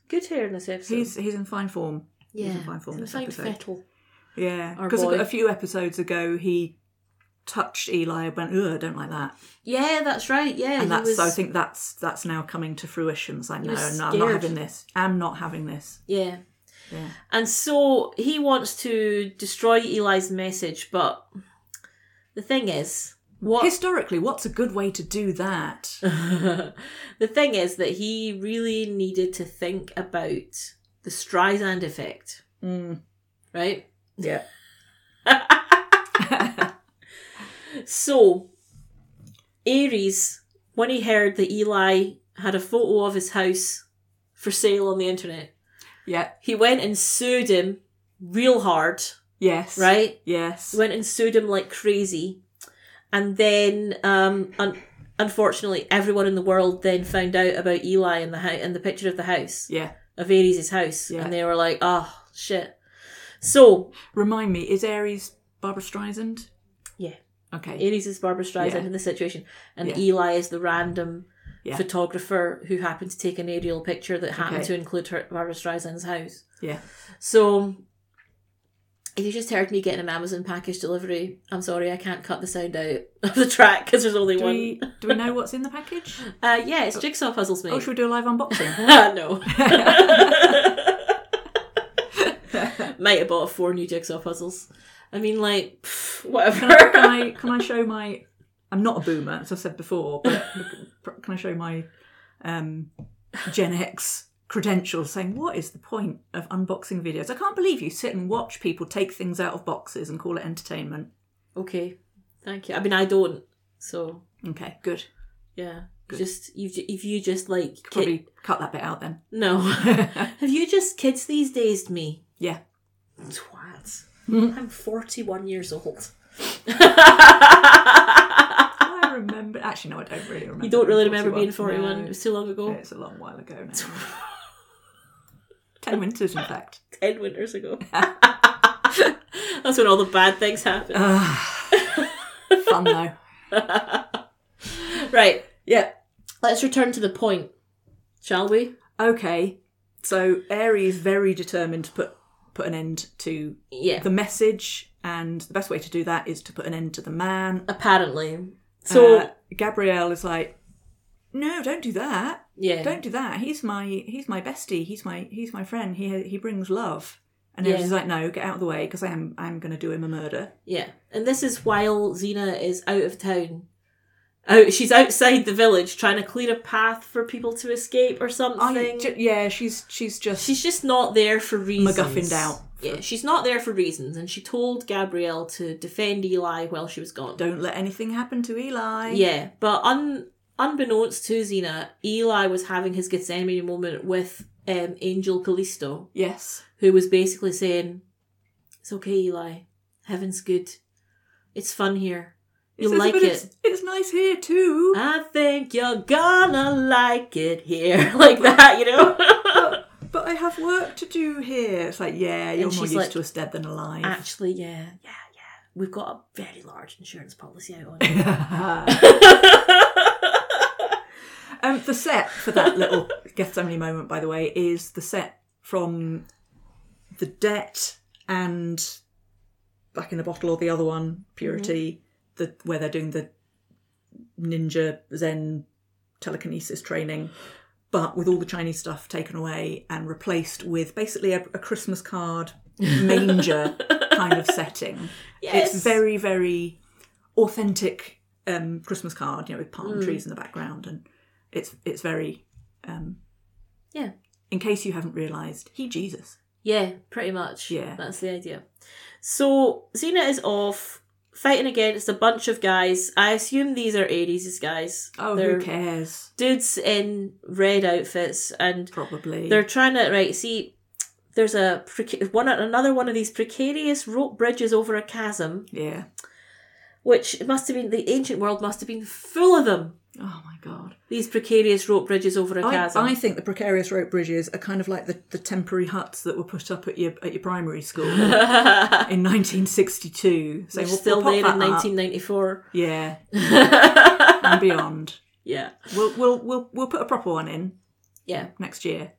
[SPEAKER 2] good hair in this episode.
[SPEAKER 1] He's he's in fine form.
[SPEAKER 2] yeah,
[SPEAKER 1] in fine form
[SPEAKER 2] he's
[SPEAKER 1] this
[SPEAKER 2] fine
[SPEAKER 1] episode.
[SPEAKER 2] fettle.
[SPEAKER 1] Yeah,
[SPEAKER 2] Our
[SPEAKER 1] because
[SPEAKER 2] boy.
[SPEAKER 1] a few episodes ago he touched Eli and went, "Ugh, I don't like that,"
[SPEAKER 2] Yeah, that's right. Yeah,
[SPEAKER 1] and
[SPEAKER 2] he
[SPEAKER 1] that's.
[SPEAKER 2] was,
[SPEAKER 1] so I think that's that's now coming to fruition. It's like, no,
[SPEAKER 2] was
[SPEAKER 1] no, I'm not
[SPEAKER 2] scared.
[SPEAKER 1] having this. I'm not having this.
[SPEAKER 2] yeah.
[SPEAKER 1] Yeah.
[SPEAKER 2] And so he wants to destroy Eli's message, but the thing is, what
[SPEAKER 1] Historically, what's a good way to do that?
[SPEAKER 2] the thing is that he really needed to think about the Streisand effect,
[SPEAKER 1] Mm,
[SPEAKER 2] right?
[SPEAKER 1] yeah,
[SPEAKER 2] So, Ares, when he heard that Eli had a photo of his house for sale on the internet,
[SPEAKER 1] yeah,
[SPEAKER 2] he went and sued him real hard,
[SPEAKER 1] yes,
[SPEAKER 2] right?
[SPEAKER 1] yes,
[SPEAKER 2] went and sued him like crazy. and then um, un- unfortunately, everyone in the world then found out about Eli and the ho- and the picture of the house
[SPEAKER 1] Yeah.
[SPEAKER 2] of Ares' house,
[SPEAKER 1] Yeah.
[SPEAKER 2] and they were like, "Oh shit!" So
[SPEAKER 1] Remind me, is Aries Barbara Streisand?
[SPEAKER 2] yeah,
[SPEAKER 1] Okay.
[SPEAKER 2] Ares is Barbara Streisand
[SPEAKER 1] Yeah.
[SPEAKER 2] in this situation, and
[SPEAKER 1] Yeah.
[SPEAKER 2] Eli is the random
[SPEAKER 1] Yeah.
[SPEAKER 2] photographer who happened to take an aerial picture that happened
[SPEAKER 1] Okay.
[SPEAKER 2] to include her, Barbara Streisand's house.
[SPEAKER 1] Yeah.
[SPEAKER 2] So, if you just heard me getting an Amazon package delivery, I'm sorry, I can't cut the sound out of the track because there's only
[SPEAKER 1] Do
[SPEAKER 2] one.
[SPEAKER 1] we, do we know what's in the package?
[SPEAKER 2] Uh, yeah, it's jigsaw puzzles, mate. Ah,
[SPEAKER 1] Oh, should we do a live unboxing?
[SPEAKER 2] no. Might have bought four new jigsaw puzzles. I mean, like, pff,
[SPEAKER 1] Can I,
[SPEAKER 2] whatever.
[SPEAKER 1] can I can I show my? I'm not a boomer, as I've said before, but can I show my um, Gen X credentials? Saying what is the point of unboxing videos? I can't believe you sit and watch people take things out of boxes and call it entertainment.
[SPEAKER 2] okay, thank you. I mean, I don't. So
[SPEAKER 1] Okay, good.
[SPEAKER 2] yeah, just you. ju- If you just like, kid-
[SPEAKER 1] Probably cut that bit out then.
[SPEAKER 2] no. have you just kids these days? Me
[SPEAKER 1] Yeah,
[SPEAKER 2] twat.
[SPEAKER 1] Hmm.
[SPEAKER 2] I'm 41 years old.
[SPEAKER 1] I remember. Actually, no, I don't really remember.
[SPEAKER 2] You don't really
[SPEAKER 1] being
[SPEAKER 2] remember being 41. It
[SPEAKER 1] No,
[SPEAKER 2] was too long ago.
[SPEAKER 1] it's a long while ago now. Ten winters, in fact.
[SPEAKER 2] 10 winters ago. That's when all the bad things happen. Ah.
[SPEAKER 1] Fun though.
[SPEAKER 2] Right,
[SPEAKER 1] Yeah.
[SPEAKER 2] let's return to the point, shall we?
[SPEAKER 1] okay so aries very determined to put put an end to
[SPEAKER 2] Yeah.
[SPEAKER 1] the message and the best way to do that is to put an end to the man
[SPEAKER 2] Apparently. So,
[SPEAKER 1] Uh, gabrielle is like no don't do that
[SPEAKER 2] yeah.
[SPEAKER 1] don't do that he's my he's my bestie he's my he's my friend he he brings love and
[SPEAKER 2] Yeah.
[SPEAKER 1] Aries is like no get out of the way because i am i'm going to do him a murder
[SPEAKER 2] Yeah. And this is while Xena is out of town. Out, she's outside the village trying to clear a path for people to escape or
[SPEAKER 1] I-
[SPEAKER 2] something.
[SPEAKER 1] ju- yeah she's she's just
[SPEAKER 2] she's just not there for reasons.
[SPEAKER 1] MacGuffined out.
[SPEAKER 2] Yeah, she's not there for reasons. And she told Gabrielle to defend Eli while she was gone.
[SPEAKER 1] don't let anything happen to eli
[SPEAKER 2] Yeah, but un unbeknownst to Xena, Eli was having his Gethsemane moment with um, Angel Callisto,
[SPEAKER 1] yes
[SPEAKER 2] who was basically saying, "It's okay, Eli. Heaven's good. It's fun here.
[SPEAKER 1] He
[SPEAKER 2] You'll
[SPEAKER 1] says,
[SPEAKER 2] like
[SPEAKER 1] "But
[SPEAKER 2] it.
[SPEAKER 1] it's, it's nice here too
[SPEAKER 2] I think you're gonna like it here, like that, you know."
[SPEAKER 1] but I have work to do here. It's like, yeah, you're more
[SPEAKER 2] she's
[SPEAKER 1] used
[SPEAKER 2] like,
[SPEAKER 1] to us dead than alive.
[SPEAKER 2] Actually, yeah, yeah, yeah. We've got a very large insurance policy out on
[SPEAKER 1] um, the set for that little Gethsemane moment, by the way, is the set from The Debt and Back in the Bottle or the other one, Purity,
[SPEAKER 2] Mm-hmm.
[SPEAKER 1] the, where they're doing the ninja Zen telekinesis training. But with all the Chinese stuff taken away and replaced with basically a, a Christmas card manger kind of setting.
[SPEAKER 2] Yes.
[SPEAKER 1] It's very, very authentic um, Christmas card, you know, with
[SPEAKER 2] Mm.
[SPEAKER 1] palm trees in the background, and it's it's very. Um,
[SPEAKER 2] Yeah.
[SPEAKER 1] In case you haven't realised, he Jesus.
[SPEAKER 2] Yeah, pretty much.
[SPEAKER 1] Yeah.
[SPEAKER 2] That's the idea. So Xena is off fighting against a bunch of guys. I assume these are Ares' guys.
[SPEAKER 1] Oh,
[SPEAKER 2] they're
[SPEAKER 1] who cares?
[SPEAKER 2] dudes in red outfits and
[SPEAKER 1] Probably.
[SPEAKER 2] they're trying to right, see there's a preca- one another one of these precarious rope bridges over a chasm,
[SPEAKER 1] yeah.
[SPEAKER 2] which it must have been the ancient world must have been full of them.
[SPEAKER 1] Oh my god.
[SPEAKER 2] These precarious rope bridges over a
[SPEAKER 1] I,
[SPEAKER 2] chasm.
[SPEAKER 1] I think the precarious rope bridges are kind of like the, the temporary huts that were put up at your at your primary school in 1962. So
[SPEAKER 2] They're
[SPEAKER 1] we'll,
[SPEAKER 2] still
[SPEAKER 1] we'll
[SPEAKER 2] there
[SPEAKER 1] pop
[SPEAKER 2] in
[SPEAKER 1] that up.
[SPEAKER 2] 1994.
[SPEAKER 1] Yeah. and beyond.
[SPEAKER 2] Yeah.
[SPEAKER 1] We'll we'll we'll we'll put a proper one in
[SPEAKER 2] Yeah.
[SPEAKER 1] next year.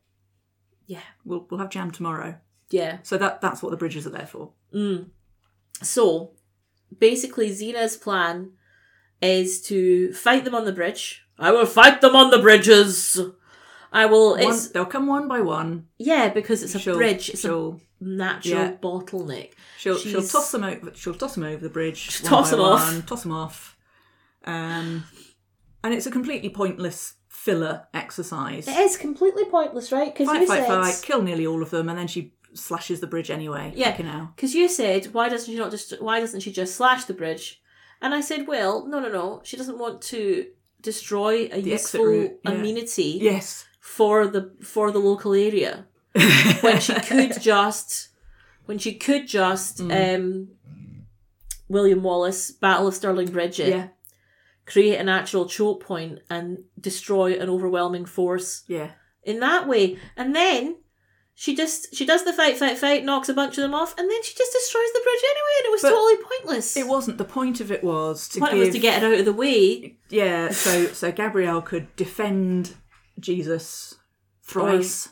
[SPEAKER 2] Yeah.
[SPEAKER 1] We'll we'll have jam tomorrow.
[SPEAKER 2] Yeah.
[SPEAKER 1] So that that's what the bridges are there for.
[SPEAKER 2] So basically, Xena's plan is to fight them on the bridge. I will fight them on the bridges. I will.
[SPEAKER 1] One,
[SPEAKER 2] It's
[SPEAKER 1] they'll come one by one.
[SPEAKER 2] yeah, because it's a
[SPEAKER 1] She'll,
[SPEAKER 2] bridge. It's a
[SPEAKER 1] she'll,
[SPEAKER 2] natural
[SPEAKER 1] yeah.
[SPEAKER 2] bottleneck.
[SPEAKER 1] she'll, she'll
[SPEAKER 2] she's-
[SPEAKER 1] toss them over. She'll toss them over the bridge. one
[SPEAKER 2] She'll toss
[SPEAKER 1] by
[SPEAKER 2] 'em off.
[SPEAKER 1] one, Toss them off. Um, and it's a completely pointless filler exercise.
[SPEAKER 2] It is completely pointless, right? Because
[SPEAKER 1] Fight,
[SPEAKER 2] you
[SPEAKER 1] fight,
[SPEAKER 2] said,
[SPEAKER 1] fight. Kill nearly all of them, and then she slashes the bridge anyway.
[SPEAKER 2] Yeah.
[SPEAKER 1] Fucking hell.
[SPEAKER 2] because you said, why doesn't she not just? Why doesn't she just slash the bridge? And I said, well, no, no, no. She doesn't want to destroy a
[SPEAKER 1] exit
[SPEAKER 2] useful
[SPEAKER 1] route, yeah.
[SPEAKER 2] amenity
[SPEAKER 1] Yes.
[SPEAKER 2] for the for the local area.
[SPEAKER 1] Mm.
[SPEAKER 2] when she could just when she could just um William Wallace, Battle of Stirling Bridget,
[SPEAKER 1] Yeah.
[SPEAKER 2] create a natural choke point and destroy an overwhelming force
[SPEAKER 1] Yeah.
[SPEAKER 2] in that way. And then she just she does the fight, fight, fight, knocks a bunch of them off, and then she just destroys the bridge anyway, and it was
[SPEAKER 1] But
[SPEAKER 2] totally pointless.
[SPEAKER 1] It wasn't. The point of it was to
[SPEAKER 2] The point
[SPEAKER 1] give.
[SPEAKER 2] was to get it out of the way.
[SPEAKER 1] Yeah. So so Gabrielle could defend Jesus thrice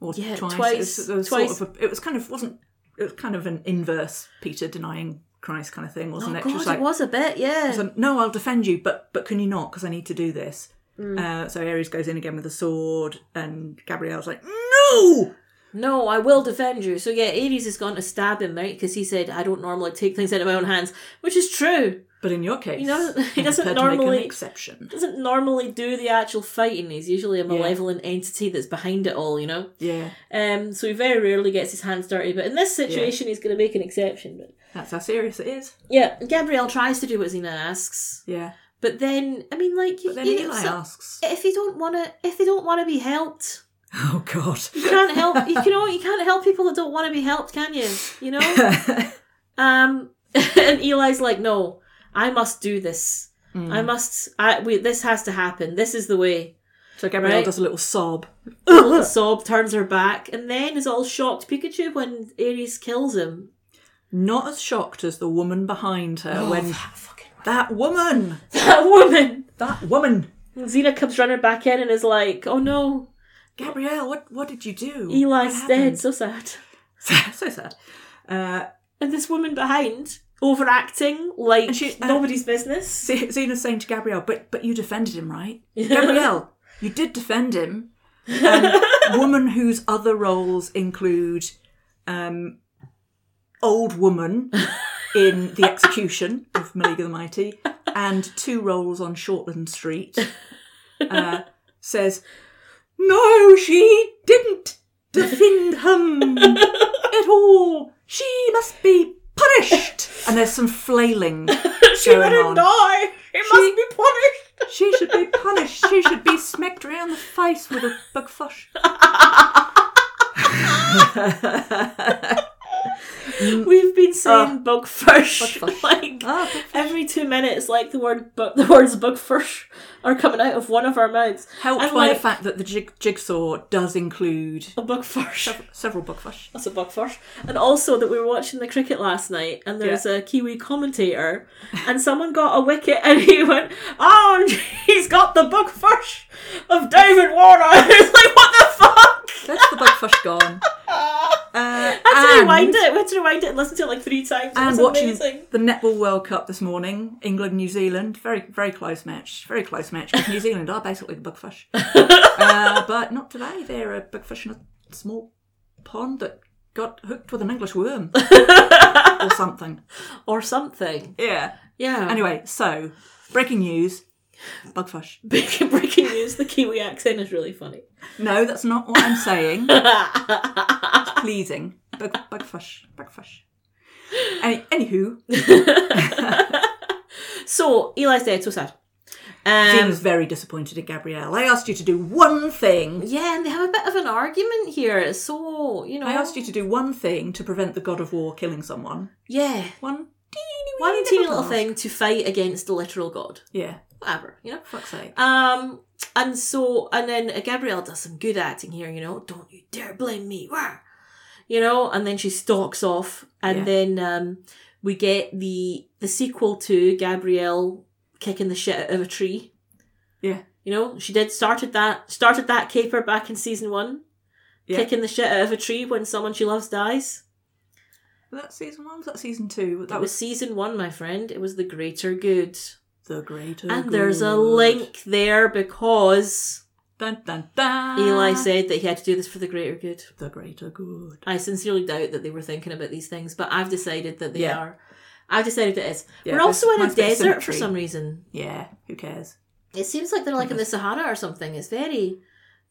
[SPEAKER 1] or
[SPEAKER 2] Yeah,
[SPEAKER 1] twice. It
[SPEAKER 2] twice,
[SPEAKER 1] was, it was
[SPEAKER 2] twice.
[SPEAKER 1] Sort of a, it was kind of wasn't. It was kind of an inverse Peter denying Christ kind of thing, wasn't
[SPEAKER 2] Oh
[SPEAKER 1] it?
[SPEAKER 2] god,
[SPEAKER 1] She was like,
[SPEAKER 2] it was a bit, yeah.
[SPEAKER 1] So, no, I'll defend you, but but can you not? Because I need to do this.
[SPEAKER 2] Mm.
[SPEAKER 1] Uh, so Ares goes in again with a sword, and Gabrielle's like, "No,
[SPEAKER 2] No, I will defend you. So yeah, Ares is going to stab him, right? Because he said, "I don't normally take things into my own hands," which is true.
[SPEAKER 1] but in your case,
[SPEAKER 2] You know, he
[SPEAKER 1] I'm
[SPEAKER 2] doesn't
[SPEAKER 1] prepared to make an
[SPEAKER 2] normally-
[SPEAKER 1] exception."
[SPEAKER 2] Doesn't normally do the actual fighting. He's usually a malevolent entity that's behind it all, you know.
[SPEAKER 1] Yeah,
[SPEAKER 2] Um, so he very rarely gets his hands dirty, but in this situation, he's going to make an exception. But
[SPEAKER 1] that's how serious it is.
[SPEAKER 2] yeah, Gabrielle tries to do what Xena asks,
[SPEAKER 1] Yeah,
[SPEAKER 2] but then I mean, like, you,
[SPEAKER 1] but then
[SPEAKER 2] you know,
[SPEAKER 1] Eli
[SPEAKER 2] so-
[SPEAKER 1] asks,
[SPEAKER 2] if you don't want to, if they don't want to be helped,
[SPEAKER 1] "Oh God,
[SPEAKER 2] you can't help. you know, you can't help people that don't want to be helped, can you? You know. Um, and Eli's like, no, I must do this.
[SPEAKER 1] Mm.
[SPEAKER 2] I must. I we, this has to happen. This is the way.
[SPEAKER 1] so Gabrielle
[SPEAKER 2] Right.
[SPEAKER 1] does a little sob.
[SPEAKER 2] The little sob turns her back, and then is all shocked Pikachu when Ares kills him.
[SPEAKER 1] Not as shocked as the woman behind her when
[SPEAKER 2] Oh, that fucking
[SPEAKER 1] that woman,
[SPEAKER 2] that woman.
[SPEAKER 1] that woman,
[SPEAKER 2] Xena comes running back in and is like, oh no,
[SPEAKER 1] Gabrielle, what what did you do?
[SPEAKER 2] Eli's
[SPEAKER 1] What
[SPEAKER 2] dead.
[SPEAKER 1] happened?"
[SPEAKER 2] So sad.
[SPEAKER 1] so sad. Uh,
[SPEAKER 2] And this woman behind overacting like
[SPEAKER 1] And she- uh,
[SPEAKER 2] nobody's business.
[SPEAKER 1] Z- Zena's saying to Gabrielle, but but you defended him, right? Gabrielle, you did defend him. Um, woman whose other roles include um, old woman in the execution of Maliga the Mighty and two roles on Shortland Street uh, says, No, she didn't defend him at all. She must be punished. And there's some flailing
[SPEAKER 2] she
[SPEAKER 1] going
[SPEAKER 2] wouldn't
[SPEAKER 1] on.
[SPEAKER 2] die. It must be punished.
[SPEAKER 1] She should be punished. She should be smacked round the face with a big fish.
[SPEAKER 2] We've been saying bugfish,
[SPEAKER 1] bugfish.
[SPEAKER 2] like
[SPEAKER 1] Ah, big fish.
[SPEAKER 2] every two minutes, like the word bu- the words bugfish are coming out of one of our mouths.
[SPEAKER 1] Helped
[SPEAKER 2] And,
[SPEAKER 1] by
[SPEAKER 2] like,
[SPEAKER 1] the fact that the jig- jigsaw does include
[SPEAKER 2] a bugfish.
[SPEAKER 1] several bugfish.
[SPEAKER 2] That's a bugfish. And also that we were watching the cricket last night, and there was a Kiwi commentator, and someone got a wicket, and he went, "Oh, he's got the bugfish of David Warner." it's like what the fuck.
[SPEAKER 1] There's the bugfish gone. Uh,
[SPEAKER 2] I had to
[SPEAKER 1] and-
[SPEAKER 2] rewind it. We had to rewind it and listen to it like three times. It
[SPEAKER 1] and
[SPEAKER 2] was
[SPEAKER 1] watching
[SPEAKER 2] amazing.
[SPEAKER 1] the netball World Cup this morning, England New Zealand, very very close match, very close match. 'cause New Zealand are basically the bugfish, uh, but not today. They're a bugfish in a small pond that got hooked with an English worm or something.
[SPEAKER 2] or something.
[SPEAKER 1] Yeah.
[SPEAKER 2] Yeah.
[SPEAKER 1] Anyway, so breaking news, bugfish.
[SPEAKER 2] Breaking, breaking news: the Kiwi accent is really funny.
[SPEAKER 1] No, that's not what I'm saying. it's pleasing. Bug, bugfish, bugfish. Any, anywho,
[SPEAKER 2] So Eli's dead. So sad.
[SPEAKER 1] Dean
[SPEAKER 2] Um,
[SPEAKER 1] was very disappointed in Gabrielle. I asked you to do one thing.
[SPEAKER 2] yeah, and they have a bit of an argument here. It's So you know,
[SPEAKER 1] I asked you to do one thing to prevent the God of War killing soone.
[SPEAKER 2] yeah,
[SPEAKER 1] One teeny,
[SPEAKER 2] one teeny little
[SPEAKER 1] task.
[SPEAKER 2] thing to fight against the literal god.
[SPEAKER 1] Yeah,
[SPEAKER 2] Whatever, you know.
[SPEAKER 1] fuck's sake.
[SPEAKER 2] Um, and so, and then uh, Gabrielle does some good acting here. You know, don't you dare blame me. Wah! You know, and then she stalks off, and
[SPEAKER 1] Yeah.
[SPEAKER 2] then um, we get the the sequel to Gabrielle kicking the shit out of a tree.
[SPEAKER 1] Yeah,
[SPEAKER 2] You know, she did started that started that caper back in season one,
[SPEAKER 1] Yeah.
[SPEAKER 2] kicking the shit out of a tree when someone she loves dies.
[SPEAKER 1] was that season one? Was that season two?
[SPEAKER 2] That
[SPEAKER 1] That
[SPEAKER 2] was
[SPEAKER 1] was
[SPEAKER 2] season one, my friend. It was the greater good,
[SPEAKER 1] the greater.
[SPEAKER 2] and there's a
[SPEAKER 1] good.
[SPEAKER 2] link there because
[SPEAKER 1] Dun dun dun.
[SPEAKER 2] Eli said that he had to do this for the greater good.
[SPEAKER 1] the greater good.
[SPEAKER 2] I sincerely doubt that they were thinking about these things, but I've decided that they
[SPEAKER 1] Yeah.
[SPEAKER 2] are. I've decided it is.
[SPEAKER 1] Yeah,
[SPEAKER 2] we're also
[SPEAKER 1] there's
[SPEAKER 2] in a
[SPEAKER 1] nice bit of
[SPEAKER 2] desert for
[SPEAKER 1] symmetry.
[SPEAKER 2] some reason.
[SPEAKER 1] Yeah, who cares?
[SPEAKER 2] It seems like they're like in the Sahara or something. It's very,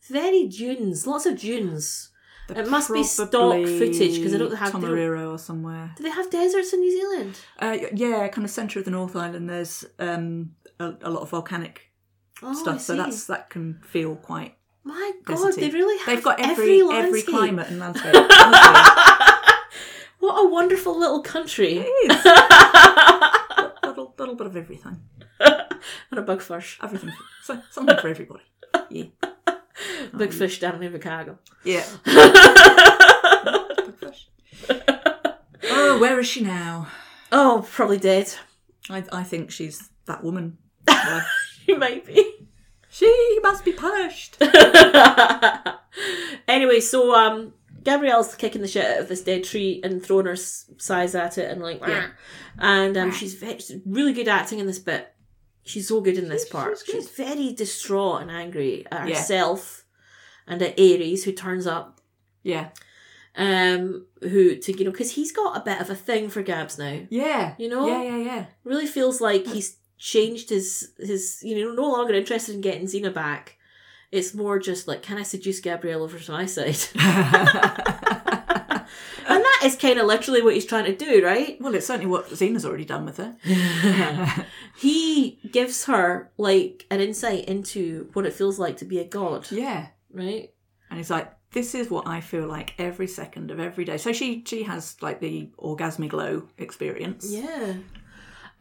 [SPEAKER 2] very dunes. Lots of dunes.
[SPEAKER 1] They're
[SPEAKER 2] It must be stock
[SPEAKER 1] probably
[SPEAKER 2] footage, 'cause they don't have- they don't-
[SPEAKER 1] Tongariro or somewhere.
[SPEAKER 2] Do they have deserts in New Zealand?
[SPEAKER 1] Uh, y- yeah, kind of centre of the North Island. There's um, a, a lot of volcanic
[SPEAKER 2] Oh, I
[SPEAKER 1] stuff, so
[SPEAKER 2] see.
[SPEAKER 1] that's that can feel quite.
[SPEAKER 2] my god.
[SPEAKER 1] deserty.
[SPEAKER 2] They really have.
[SPEAKER 1] They've got
[SPEAKER 2] every
[SPEAKER 1] every every,
[SPEAKER 2] landscape.
[SPEAKER 1] climate and landscape. honestly.
[SPEAKER 2] What a wonderful little country.
[SPEAKER 1] It is. little bit of everything.
[SPEAKER 2] and a big fish.
[SPEAKER 1] Everything. So, something for everybody. Yeah.
[SPEAKER 2] Big fish down in Chicago.
[SPEAKER 1] Yeah. Big fish. Oh, where is she now?
[SPEAKER 2] Oh, probably dead.
[SPEAKER 1] I, I think she's that woman. Yeah.
[SPEAKER 2] She might be.
[SPEAKER 1] she must be punished.
[SPEAKER 2] anyway, so um, Gabrielle's kicking the shit out of this dead tree and throwing her s- size at it and like,
[SPEAKER 1] Yeah.
[SPEAKER 2] "Wah." and um, she's, ve- she's really good acting in this bit. She's so good in this part.
[SPEAKER 1] she's
[SPEAKER 2] She's,
[SPEAKER 1] good.
[SPEAKER 2] very distraught and angry at
[SPEAKER 1] Yeah.
[SPEAKER 2] herself and at Ares, who turns up.
[SPEAKER 1] Yeah.
[SPEAKER 2] Um, who to you know because he's got a bit of a thing for Gabs now.
[SPEAKER 1] Yeah.
[SPEAKER 2] You know?
[SPEAKER 1] Yeah, yeah, yeah.
[SPEAKER 2] Really feels like he's changed his his you know no longer interested in getting Xena back. It's more just like can I seduce Gabrielle over to my side. And that is kind of literally what he's trying to do, right?
[SPEAKER 1] well, it's certainly what Xena's already done with her.
[SPEAKER 2] he gives her like an insight into what it feels like to be a god,
[SPEAKER 1] yeah.
[SPEAKER 2] right?
[SPEAKER 1] And it's like, this is what I feel like every second of every day. So she she has like the orgasmic glow experience.
[SPEAKER 2] Yeah.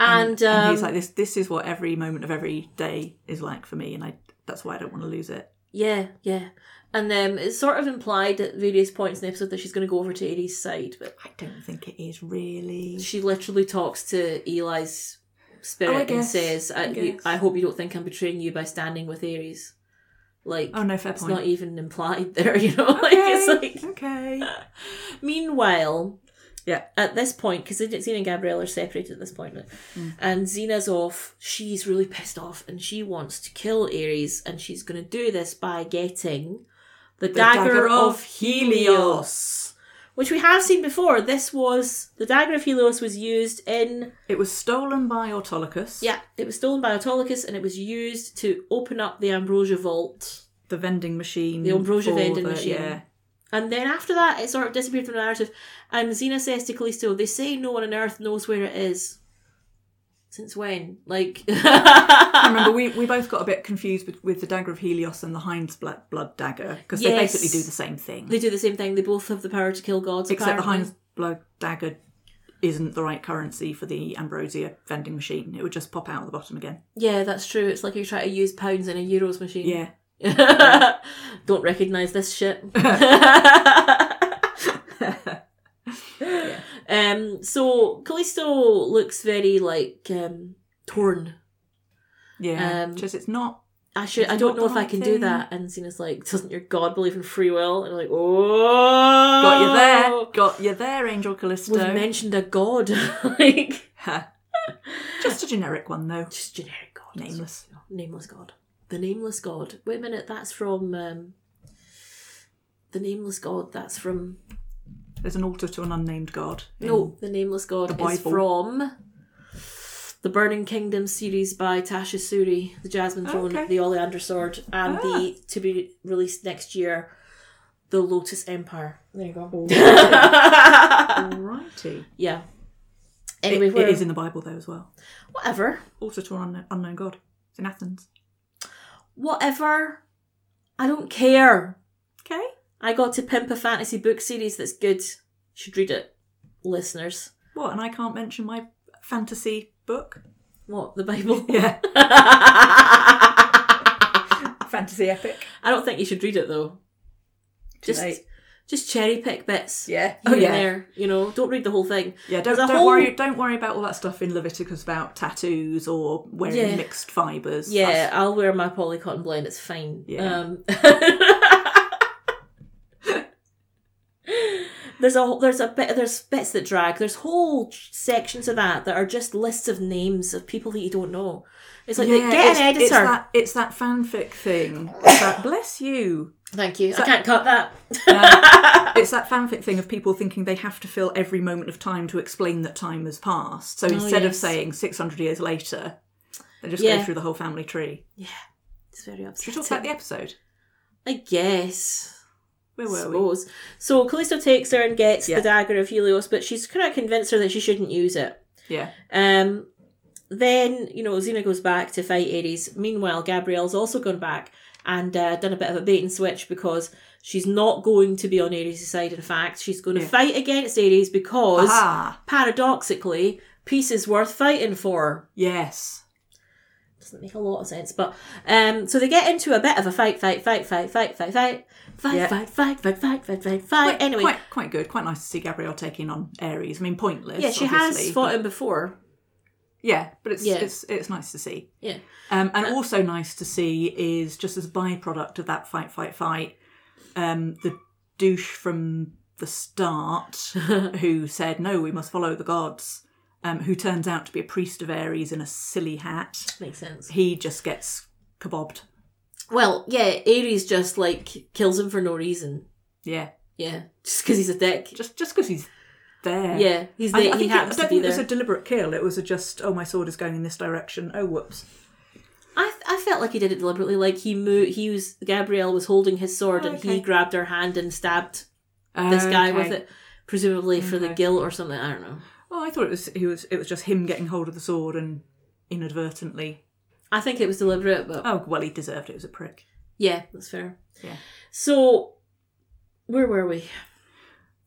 [SPEAKER 2] And, um,
[SPEAKER 1] and he's like, this this is what every moment of every day is like for me, and I that's why I don't want to lose it.
[SPEAKER 2] yeah, yeah. And then it's sort of implied at various points in the episode that she's going to go over to Ares' side, but
[SPEAKER 1] I don't think it is really.
[SPEAKER 2] she literally talks to Eli's
[SPEAKER 1] Oh, I
[SPEAKER 2] spirit and
[SPEAKER 1] guess.
[SPEAKER 2] says, I,
[SPEAKER 1] I
[SPEAKER 2] you,
[SPEAKER 1] guess.
[SPEAKER 2] I hope you don't think I'm betraying you by standing with Ares. Like,
[SPEAKER 1] Oh no, fair
[SPEAKER 2] it's
[SPEAKER 1] point.
[SPEAKER 2] not even implied there, you know? like, it's like.
[SPEAKER 1] okay.
[SPEAKER 2] Meanwhile,
[SPEAKER 1] Yeah.
[SPEAKER 2] at this point, because Xena and Gabrielle are separated at this point, right?
[SPEAKER 1] Mm.
[SPEAKER 2] and Xena's off, she's really pissed off, and she wants to kill Ares, and she's going to do this by getting the, dagger, of, Helios, which we have seen before. This was the dagger of Helios was used in
[SPEAKER 1] It was stolen by Autolycus,
[SPEAKER 2] yeah, it was stolen by Autolycus, and it was used to open up the Ambrosia Vault.
[SPEAKER 1] the vending machine,
[SPEAKER 2] The Ambrosia
[SPEAKER 1] for
[SPEAKER 2] vending
[SPEAKER 1] the-
[SPEAKER 2] machine.
[SPEAKER 1] Yeah,
[SPEAKER 2] And then after that, it sort of disappeared from the narrative. And Xena says to Callisto, they say no one on Earth knows where it is. Since when? Like.
[SPEAKER 1] I remember we, we both got a bit confused with, with the dagger of Helios and the Hind's black blood dagger because they
[SPEAKER 2] Yes.
[SPEAKER 1] basically do the same thing,
[SPEAKER 2] they do the same thing. They both have the power to kill gods.
[SPEAKER 1] except the
[SPEAKER 2] apparently.
[SPEAKER 1] Hind's blood dagger isn't the right currency for the Ambrosia vending machine. It would just pop out at the bottom again.
[SPEAKER 2] Yeah, that's true. It's like you try to use pounds in a Euros machine.
[SPEAKER 1] Yeah,
[SPEAKER 2] Don't recognise this shit. Um. So Callisto looks very like um torn.
[SPEAKER 1] yeah.
[SPEAKER 2] Um,
[SPEAKER 1] just it's not.
[SPEAKER 2] I should.
[SPEAKER 1] It's
[SPEAKER 2] I don't
[SPEAKER 1] not
[SPEAKER 2] know if
[SPEAKER 1] the
[SPEAKER 2] I
[SPEAKER 1] right
[SPEAKER 2] can do
[SPEAKER 1] thing.
[SPEAKER 2] that. And Cena's like, doesn't your god believe in free will? And I'm like, oh,
[SPEAKER 1] Got you there. Got you there, Angel Callisto.
[SPEAKER 2] We've mentioned a god, like
[SPEAKER 1] Ha. just a generic one though,
[SPEAKER 2] just generic god,
[SPEAKER 1] nameless.
[SPEAKER 2] nameless god, the nameless god. Wait a minute, that's from um, the nameless god. That's from
[SPEAKER 1] There's an altar to an unnamed god.
[SPEAKER 2] no, the nameless god
[SPEAKER 1] Um, The
[SPEAKER 2] is
[SPEAKER 1] Bible.
[SPEAKER 2] from the Burning Kingdom series by Tasha Suri, the Jasmine Throne,
[SPEAKER 1] Okay. Ah.
[SPEAKER 2] the Oleander Sword, and the to be released next year, the Lotus Empire. There you go.
[SPEAKER 1] Alrighty.
[SPEAKER 2] Yeah.
[SPEAKER 1] It,
[SPEAKER 2] Anyway,
[SPEAKER 1] Oh. it
[SPEAKER 2] we're-
[SPEAKER 1] is in the Bible though as well.
[SPEAKER 2] whatever,
[SPEAKER 1] Altar to an un- unknown god. It's in Athens.
[SPEAKER 2] whatever. I don't care.
[SPEAKER 1] Okay.
[SPEAKER 2] I got to pimp a fantasy book series that's good. Should read it, listeners.
[SPEAKER 1] What? And I can't mention my fantasy book.
[SPEAKER 2] What the Bible?
[SPEAKER 1] Yeah.
[SPEAKER 2] I
[SPEAKER 1] fantasy epic.
[SPEAKER 2] don't think you should read it though. Just,
[SPEAKER 1] late.
[SPEAKER 2] just cherry pick bits.
[SPEAKER 1] Yeah.
[SPEAKER 2] Here
[SPEAKER 1] Oh yeah.
[SPEAKER 2] and there, you know. Don't read the whole thing.
[SPEAKER 1] Yeah, don't,
[SPEAKER 2] There's a
[SPEAKER 1] don't
[SPEAKER 2] whole-
[SPEAKER 1] worry. Don't worry about all that stuff in Leviticus about tattoos or wearing
[SPEAKER 2] Yeah.
[SPEAKER 1] mixed fibers.
[SPEAKER 2] Yeah, I'll wear my polycotton blend. It's fine.
[SPEAKER 1] Yeah.
[SPEAKER 2] Um, there's a whole- there's a bit there's bits that drag. There's whole sections of that that are just lists of names of people that you don't know. It's like
[SPEAKER 1] Yeah,
[SPEAKER 2] get
[SPEAKER 1] it's,
[SPEAKER 2] an editor.
[SPEAKER 1] It's that, it's that fanfic thing. It's that, bless you.
[SPEAKER 2] Thank you. I can't cut that.
[SPEAKER 1] Um, it's that fanfic thing of people thinking they have to fill every moment of time to explain that time has passed. So instead of
[SPEAKER 2] yes.
[SPEAKER 1] saying 600 years later, they just
[SPEAKER 2] Yeah.
[SPEAKER 1] go through the whole family tree.
[SPEAKER 2] It's very
[SPEAKER 1] Should
[SPEAKER 2] upsetting.
[SPEAKER 1] we talk about the episode?
[SPEAKER 2] I guess.
[SPEAKER 1] Where were we?
[SPEAKER 2] suppose. So Callisto takes her and gets
[SPEAKER 1] Yeah.
[SPEAKER 2] the dagger of Helios, but she's kind of convinced her that she shouldn't use it.
[SPEAKER 1] Yeah.
[SPEAKER 2] Um, then, you know, Xena goes back to fight Ares. Meanwhile, Gabrielle's also gone back and uh, done a bit of a bait and switch because she's not going to be on Ares' side. In fact, she's going to
[SPEAKER 1] Yeah.
[SPEAKER 2] fight against Ares because,
[SPEAKER 1] Ah,
[SPEAKER 2] paradoxically, peace is worth fighting for.
[SPEAKER 1] Yes.
[SPEAKER 2] Doesn't make a lot of sense, but um, so they get into a bit of a fight, fight, fight, fight, fight, fight, fight, fight,
[SPEAKER 1] Yeah.
[SPEAKER 2] fight, fight, fight, fight, fight, fight, fight. Anyway,
[SPEAKER 1] quite quite good. Quite nice to see Gabrielle taking on Ares. I mean, pointless.
[SPEAKER 2] yeah, she
[SPEAKER 1] obviously,
[SPEAKER 2] has
[SPEAKER 1] but-
[SPEAKER 2] fought him before.
[SPEAKER 1] Yeah, but it's
[SPEAKER 2] Yeah.
[SPEAKER 1] it's it's nice to see.
[SPEAKER 2] Yeah,
[SPEAKER 1] Um, and also nice to see is just as a byproduct of that fight, fight, fight, um, the douche from the start who said, no, we must follow the gods, um, who turns out to be a priest of Ares in a silly hat.
[SPEAKER 2] makes sense.
[SPEAKER 1] He just gets kabobbed.
[SPEAKER 2] Well, yeah, Ares just like kills him for no reason.
[SPEAKER 1] Yeah,
[SPEAKER 2] Yeah, just because he's a dick.
[SPEAKER 1] just just because he's there.
[SPEAKER 2] Yeah, he's
[SPEAKER 1] I,
[SPEAKER 2] there.
[SPEAKER 1] I
[SPEAKER 2] he
[SPEAKER 1] think it, I
[SPEAKER 2] happens
[SPEAKER 1] don't
[SPEAKER 2] to be
[SPEAKER 1] think it
[SPEAKER 2] there.
[SPEAKER 1] was a deliberate kill. It was a just, oh, my sword is going in this direction. Oh, whoops.
[SPEAKER 2] I, I felt like he did it deliberately. Like he moved. He was Gabrielle was holding his sword, and he
[SPEAKER 1] Okay.
[SPEAKER 2] grabbed her hand and stabbed this guy with it, presumably for the guilt or something. I don't know.
[SPEAKER 1] Oh, I thought it was he was it was just him getting hold of the sword and inadvertently
[SPEAKER 2] I think it was deliberate, but
[SPEAKER 1] Oh well, he deserved it. It was a prick.
[SPEAKER 2] yeah, that's fair.
[SPEAKER 1] Yeah.
[SPEAKER 2] So where were we?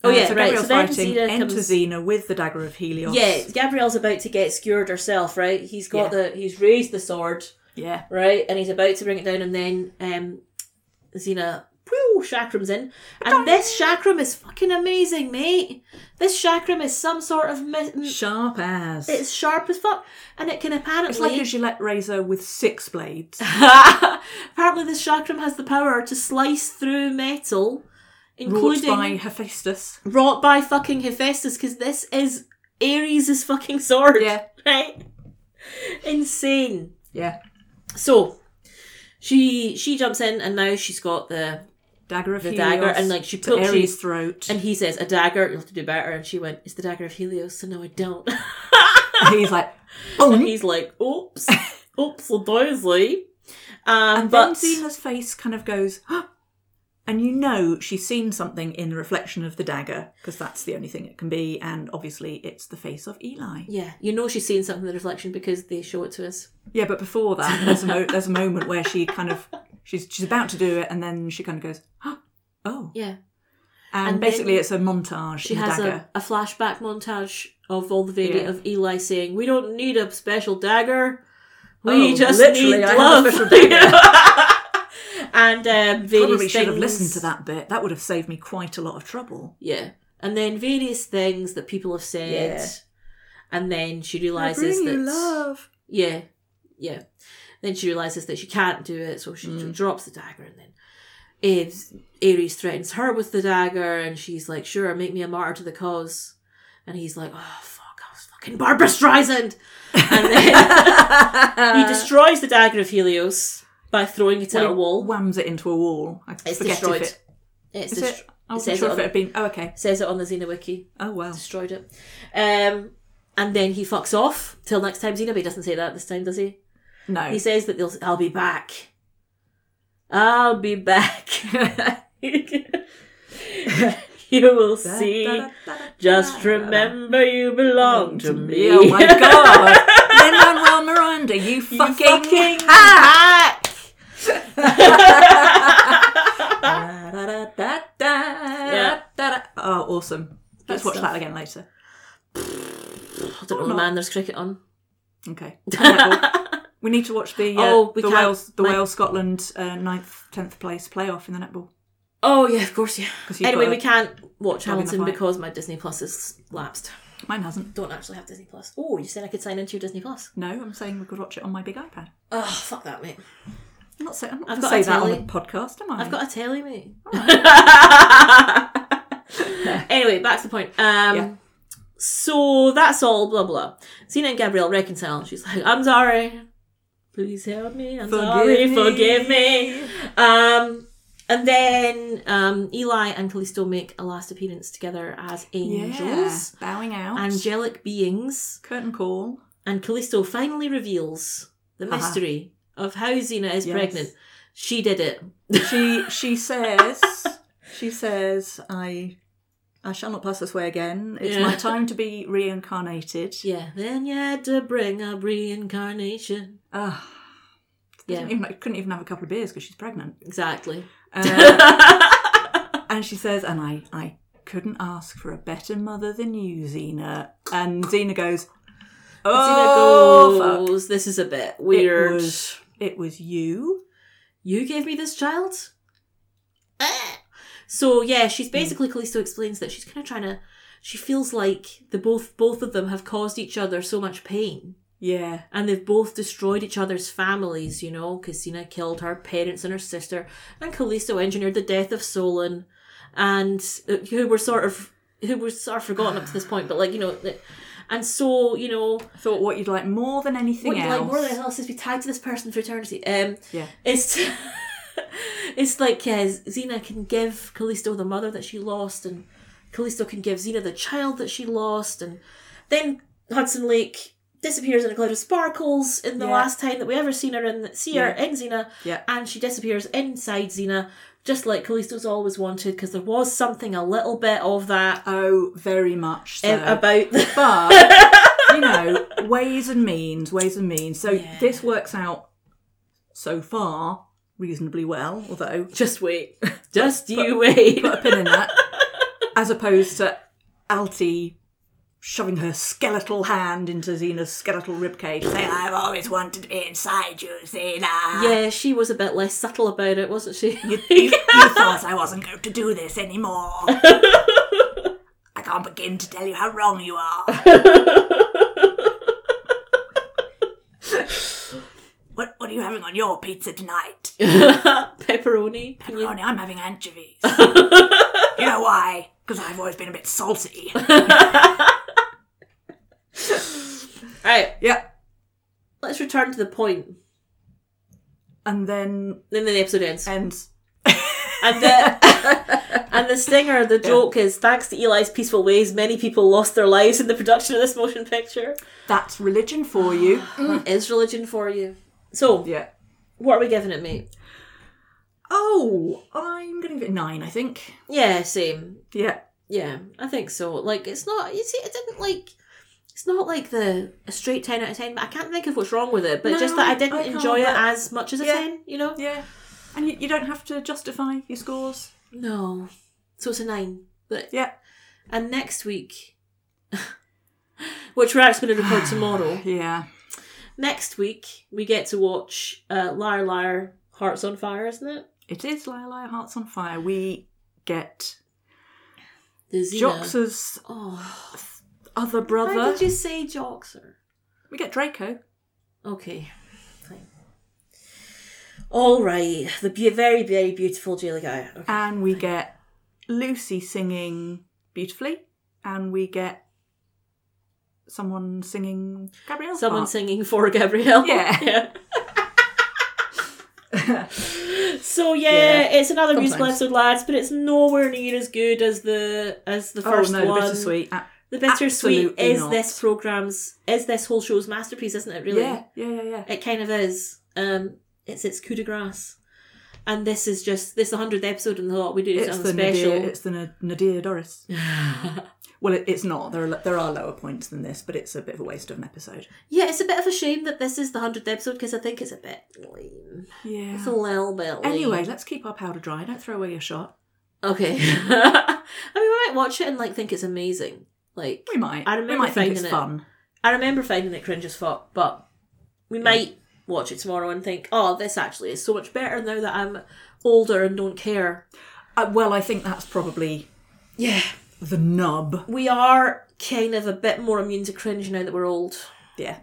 [SPEAKER 2] Oh yeah,
[SPEAKER 1] Uh, so
[SPEAKER 2] right.
[SPEAKER 1] Gabrielle's
[SPEAKER 2] So then
[SPEAKER 1] fighting
[SPEAKER 2] Zeta
[SPEAKER 1] enter
[SPEAKER 2] comes.
[SPEAKER 1] Xena with the dagger of Helios.
[SPEAKER 2] Yeah, Gabrielle's about to get skewered herself, right? He's got the he's raised the sword,
[SPEAKER 1] yeah,
[SPEAKER 2] right, and he's about to bring it down, and then um, Xena, whew, Chakram's in, and this Chakram is fucking amazing, mate. This Chakram is some sort of mi- m-
[SPEAKER 1] sharp as.
[SPEAKER 2] Mm. it's sharp as fuck, and it can apparently
[SPEAKER 1] It's like a Gillette razor with six
[SPEAKER 2] Uh,
[SPEAKER 1] blades.
[SPEAKER 2] Apparently, this chakram has the power to slice through metal,
[SPEAKER 1] Wrought
[SPEAKER 2] including
[SPEAKER 1] by Hephaestus.
[SPEAKER 2] wrought by fucking Hephaestus, because this is Ares' fucking sword.
[SPEAKER 1] Yeah.
[SPEAKER 2] Right? Insane.
[SPEAKER 1] Yeah,
[SPEAKER 2] So, she she jumps in, and now she's got the
[SPEAKER 1] dagger of
[SPEAKER 2] the
[SPEAKER 1] Helios.
[SPEAKER 2] dagger, and like she
[SPEAKER 1] to
[SPEAKER 2] puts
[SPEAKER 1] Ares'
[SPEAKER 2] she,
[SPEAKER 1] throat.
[SPEAKER 2] and he says, "A dagger, you'll have to do better." And she went, "It's the dagger of Helios." So no, I don't.
[SPEAKER 1] he's like,
[SPEAKER 2] and
[SPEAKER 1] boom.
[SPEAKER 2] he's like, "Oops, oops, a daisy." Um,
[SPEAKER 1] And
[SPEAKER 2] but
[SPEAKER 1] then Xena's face kind of goes. "Huh." And you know she's seen something in the reflection of the dagger because that's the only thing it can be, and obviously it's the face of Eli.
[SPEAKER 2] Yeah, you know she's seen something in the reflection because they show it to us.
[SPEAKER 1] Yeah, but before that, there's a mo- there's a moment where she kind of she's she's about to do it, and then she kind of goes, "Huh, "Oh,"
[SPEAKER 2] Yeah,
[SPEAKER 1] and,
[SPEAKER 2] And
[SPEAKER 1] basically
[SPEAKER 2] then
[SPEAKER 1] it's a montage.
[SPEAKER 2] she
[SPEAKER 1] in
[SPEAKER 2] has
[SPEAKER 1] dagger.
[SPEAKER 2] a, a flashback montage of all the video
[SPEAKER 1] Yeah.
[SPEAKER 2] of Eli saying, "We don't need a special dagger, we
[SPEAKER 1] Oh,
[SPEAKER 2] just
[SPEAKER 1] literally,
[SPEAKER 2] need
[SPEAKER 1] I have a
[SPEAKER 2] love."
[SPEAKER 1] special dagger.
[SPEAKER 2] and um, various
[SPEAKER 1] Probably should have
[SPEAKER 2] things-
[SPEAKER 1] listened to that bit. That would have saved me quite a lot of trouble.
[SPEAKER 2] Yeah, and then various things that people have said,
[SPEAKER 1] Yeah.
[SPEAKER 2] and then she realizes that Yeah, yeah. Then she realizes that she can't do it, so she
[SPEAKER 1] Mm.
[SPEAKER 2] drops the dagger, and then Aves, Ares threatens her with the dagger, and she's like, "Sure, make me a martyr to the cause." And he's like, "Oh fuck, I was fucking Barbara Streisand." And then he destroys the dagger of Helios by throwing it at a wall.
[SPEAKER 1] whams it into a wall. I
[SPEAKER 2] it's
[SPEAKER 1] forget
[SPEAKER 2] destroyed.
[SPEAKER 1] if it
[SPEAKER 2] It's
[SPEAKER 1] is
[SPEAKER 2] destro-
[SPEAKER 1] it. I wasn't
[SPEAKER 2] says
[SPEAKER 1] sure
[SPEAKER 2] it
[SPEAKER 1] if
[SPEAKER 2] on-
[SPEAKER 1] it had been. Oh, okay.
[SPEAKER 2] says it on the Xena wiki.
[SPEAKER 1] Oh well.
[SPEAKER 2] Destroyed it. Um, and then he fucks off till next time. Xena, but he doesn't say that this time, does he?
[SPEAKER 1] No.
[SPEAKER 2] He says that they'll. I'll be back. I'll be back. you will see. Just remember you belong to me.
[SPEAKER 1] Oh my god. Lin Manuel Miranda, you fucking,
[SPEAKER 2] fucking
[SPEAKER 1] hack. Da-da-da-da-da-da-da. Oh, awesome. Let's
[SPEAKER 2] Good
[SPEAKER 1] watch
[SPEAKER 2] stuff.
[SPEAKER 1] that again later.
[SPEAKER 2] I don't know, man. There's cricket on.
[SPEAKER 1] Okay. Alright, well, we need to watch the uh,
[SPEAKER 2] Oh, we
[SPEAKER 1] the
[SPEAKER 2] can't-
[SPEAKER 1] Wales the
[SPEAKER 2] my-
[SPEAKER 1] Wales Scotland uh, ninth tenth place playoff in the netball.
[SPEAKER 2] Oh yeah, of course, yeah.
[SPEAKER 1] 'Cause you've
[SPEAKER 2] Anyway,
[SPEAKER 1] got
[SPEAKER 2] we
[SPEAKER 1] a-
[SPEAKER 2] can't watch
[SPEAKER 1] in the
[SPEAKER 2] Hamilton
[SPEAKER 1] fight.
[SPEAKER 2] because my Disney Plus has lapsed.
[SPEAKER 1] Mine hasn't.
[SPEAKER 2] Don't actually have Disney Plus. Oh, you said I could sign into your Disney Plus.
[SPEAKER 1] No, I'm saying we could watch it on my big iPad.
[SPEAKER 2] Oh, fuck that, mate.
[SPEAKER 1] I'm not saying I'm not
[SPEAKER 2] I've
[SPEAKER 1] gonna
[SPEAKER 2] got
[SPEAKER 1] say
[SPEAKER 2] a
[SPEAKER 1] that on the
[SPEAKER 2] telly.
[SPEAKER 1] podcast, am I?
[SPEAKER 2] I've got a telly, mate. anyway, back to the point. Um,
[SPEAKER 1] Yeah.
[SPEAKER 2] So that's all, blah, blah. Zena and Gabrielle reconcile. She's like, I'm sorry. Please help me. I'm
[SPEAKER 1] Forgive
[SPEAKER 2] sorry.
[SPEAKER 1] me."
[SPEAKER 2] Forgive me. Um, and then um, Eli and Callisto make a last appearance together as
[SPEAKER 1] yeah.
[SPEAKER 2] angels,
[SPEAKER 1] Bowing out.
[SPEAKER 2] angelic beings.
[SPEAKER 1] Curtain call.
[SPEAKER 2] And Callisto finally reveals the
[SPEAKER 1] Uh-huh.
[SPEAKER 2] mystery of how Xena is
[SPEAKER 1] Yes.
[SPEAKER 2] pregnant. She did it.
[SPEAKER 1] she she says she says I I shall not pass this way again. It's
[SPEAKER 2] Yeah.
[SPEAKER 1] my time to be reincarnated.
[SPEAKER 2] Yeah. Then you had to bring up reincarnation.
[SPEAKER 1] Ah,
[SPEAKER 2] Yeah,
[SPEAKER 1] didn't even, I couldn't even have a couple of beers because she's pregnant.
[SPEAKER 2] exactly. Um,
[SPEAKER 1] Uh, and she says, and I I couldn't ask for a better mother than you, Xena. And Xena goes,
[SPEAKER 2] Bettina
[SPEAKER 1] Oh, fuck.
[SPEAKER 2] goes, This is a bit weird.
[SPEAKER 1] It was, it was you.
[SPEAKER 2] You gave me this child?
[SPEAKER 1] Eh.
[SPEAKER 2] Ah. So yeah, she's basically Callisto explains that she's kinda trying to she feels like the both both of them have caused each other so much pain.
[SPEAKER 1] Yeah.
[SPEAKER 2] And they've both destroyed each other's families, you know. Cassina killed her parents and her sister, and Callisto engineered the death of Solon, and uh, who were sort of who were sort of forgotten up to this point, but like you know, the- and so you know,
[SPEAKER 1] I thought what you'd like more than anything
[SPEAKER 2] what you
[SPEAKER 1] else.
[SPEAKER 2] like more than anything else is be tied to this person for eternity. Um,
[SPEAKER 1] Yeah.
[SPEAKER 2] it's it's like uh, Xena can give Callisto the mother that she lost, and Callisto can give Xena the child that she lost, and then Hudson Lake disappears in a cloud of sparkles in the
[SPEAKER 1] Yeah.
[SPEAKER 2] last time that we ever seen her in see her
[SPEAKER 1] Yeah.
[SPEAKER 2] in Xena,
[SPEAKER 1] Yeah.
[SPEAKER 2] and she disappears inside Xena, just like Callisto's always wanted, because there was something a little bit of that
[SPEAKER 1] Oh, very much so.
[SPEAKER 2] um, about the
[SPEAKER 1] but you know ways and means ways and means so
[SPEAKER 2] Yeah.
[SPEAKER 1] this works out so far reasonably well although
[SPEAKER 2] just wait, just you wait.
[SPEAKER 1] put a pin in that as opposed to alti shoving her skeletal hand into xena's skeletal ribcage saying i've always wanted to be inside you xena
[SPEAKER 2] yeah, she was a bit less subtle about it, wasn't she?
[SPEAKER 1] you, you thought i wasn't going to do this anymore i can't begin to tell you how wrong you are what, what are you having on your pizza tonight
[SPEAKER 2] pepperoni. Can you-
[SPEAKER 1] Ronnie, I'm having anchovies. you know why? Because I've always been a bit salty.
[SPEAKER 2] Right,
[SPEAKER 1] yeah.
[SPEAKER 2] let's return to the point.
[SPEAKER 1] And then
[SPEAKER 2] Then the episode ends.
[SPEAKER 1] ends.
[SPEAKER 2] And the, and the stinger, the joke is thanks to Eli's peaceful ways, many people lost their lives in the production of this motion picture.
[SPEAKER 1] That's religion for you.
[SPEAKER 2] Is religion for you? So,
[SPEAKER 1] yeah.
[SPEAKER 2] what are we giving it, mate?
[SPEAKER 1] Oh, I'm gonna give it nine, I think.
[SPEAKER 2] Yeah, same.
[SPEAKER 1] Yeah.
[SPEAKER 2] Yeah, I think so. Like, it's not, you see, it didn't like. It's not like the a straight ten out of ten, but I can't think of what's wrong with it. But
[SPEAKER 1] No,
[SPEAKER 2] just that I
[SPEAKER 1] I-
[SPEAKER 2] didn't
[SPEAKER 1] I can't,
[SPEAKER 2] enjoy it
[SPEAKER 1] but-
[SPEAKER 2] as much as a
[SPEAKER 1] Yeah.
[SPEAKER 2] ten, you know?
[SPEAKER 1] Yeah. And you, you don't have to justify your scores.
[SPEAKER 2] No, so it's a nine. But
[SPEAKER 1] Yeah.
[SPEAKER 2] And next week, which we're actually going to record tomorrow,
[SPEAKER 1] Yeah.
[SPEAKER 2] next week we get to watch uh, Liar Liar Hearts on Fire, isn't it?
[SPEAKER 1] It is Liar Liar Hearts on Fire. We get
[SPEAKER 2] The Xena.
[SPEAKER 1] Jox's
[SPEAKER 2] Oh,
[SPEAKER 1] other brother.
[SPEAKER 2] why did you say Joxer?
[SPEAKER 1] We get Draco.
[SPEAKER 2] Okay, fine. All right, the be- very very beautiful Jayla guy. Okay.
[SPEAKER 1] And we get Lucy singing beautifully, and we get someone singing Gabrielle's
[SPEAKER 2] Someone
[SPEAKER 1] part.
[SPEAKER 2] singing for Gabrielle.
[SPEAKER 1] Yeah.
[SPEAKER 2] so yeah,
[SPEAKER 1] Yeah,
[SPEAKER 2] it's another musical
[SPEAKER 1] sometimes.
[SPEAKER 2] episode, lads, but it's nowhere near as good as the as the
[SPEAKER 1] oh
[SPEAKER 2] first
[SPEAKER 1] no,
[SPEAKER 2] one.
[SPEAKER 1] the bittersweet. Ah,
[SPEAKER 2] The bittersweet
[SPEAKER 1] Absolutely
[SPEAKER 2] is
[SPEAKER 1] not.
[SPEAKER 2] this program's is this whole show's masterpiece, isn't it? Really,
[SPEAKER 1] Yeah, yeah, yeah, yeah.
[SPEAKER 2] it kind of is. Um, it's its coup de grace, and this is just this is the hundredth episode in the lot. We do
[SPEAKER 1] It's
[SPEAKER 2] something
[SPEAKER 1] the Nadir,
[SPEAKER 2] special.
[SPEAKER 1] it's the Na- Nadir Doris. well, it, it's not. There are there are lower points than this, but it's a bit of a waste of an episode.
[SPEAKER 2] Yeah, it's a bit of a shame that this is the hundredth episode because I think it's a bit lame.
[SPEAKER 1] Yeah.
[SPEAKER 2] It's a little bit. Lame.
[SPEAKER 1] anyway, let's keep our powder dry. Don't throw away your shot.
[SPEAKER 2] okay. I mean, we might watch it and like think it's amazing. Like
[SPEAKER 1] We might.
[SPEAKER 2] I
[SPEAKER 1] we
[SPEAKER 2] remember
[SPEAKER 1] might think
[SPEAKER 2] finding
[SPEAKER 1] it's
[SPEAKER 2] it-
[SPEAKER 1] fun.
[SPEAKER 2] I remember finding it cringe as fuck, but we might watch it tomorrow and think, oh, this actually is so much better now that I'm older and don't care.
[SPEAKER 1] Uh, well, I think that's probably
[SPEAKER 2] Yeah.
[SPEAKER 1] the nub.
[SPEAKER 2] We are kind of a bit more immune to cringe now that we're old.
[SPEAKER 1] Yeah.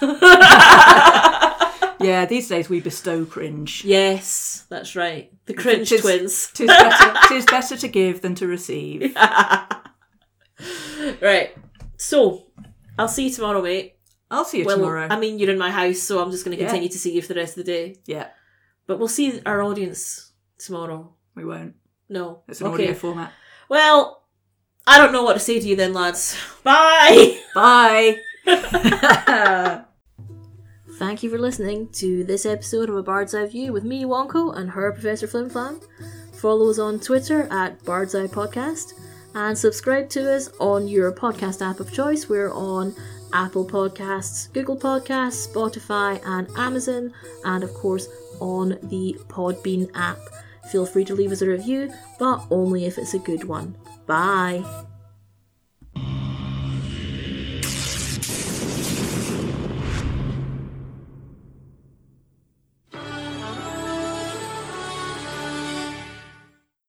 [SPEAKER 1] yeah, these days we bestow cringe.
[SPEAKER 2] Yes, that's right. The cringe
[SPEAKER 1] Tis-
[SPEAKER 2] twins.
[SPEAKER 1] Tis better, tis better to give than to receive.
[SPEAKER 2] Right. So, I'll see you tomorrow, mate.
[SPEAKER 1] I'll see you
[SPEAKER 2] Well,
[SPEAKER 1] tomorrow.
[SPEAKER 2] I mean, you're in my house, so I'm just going to
[SPEAKER 1] Yeah.
[SPEAKER 2] continue to see you for the rest of the day.
[SPEAKER 1] yeah,
[SPEAKER 2] But we'll see our audience tomorrow.
[SPEAKER 1] we won't.
[SPEAKER 2] No.
[SPEAKER 1] It's an audio format.
[SPEAKER 2] Well, I don't know what to say to you then, lads. Bye!
[SPEAKER 1] Bye.
[SPEAKER 2] Thank you for listening to this episode of A Bird's Eye View with me, Wonko, and her, Professor Flimflam. Follow us on Twitter at Bird's Eye Podcast and subscribe to us on your podcast app of choice. We're on Apple Podcasts, Google Podcasts, Spotify, and Amazon, and of course on the Podbean app. Feel free to leave us a review, but only if it's a good one. Bye!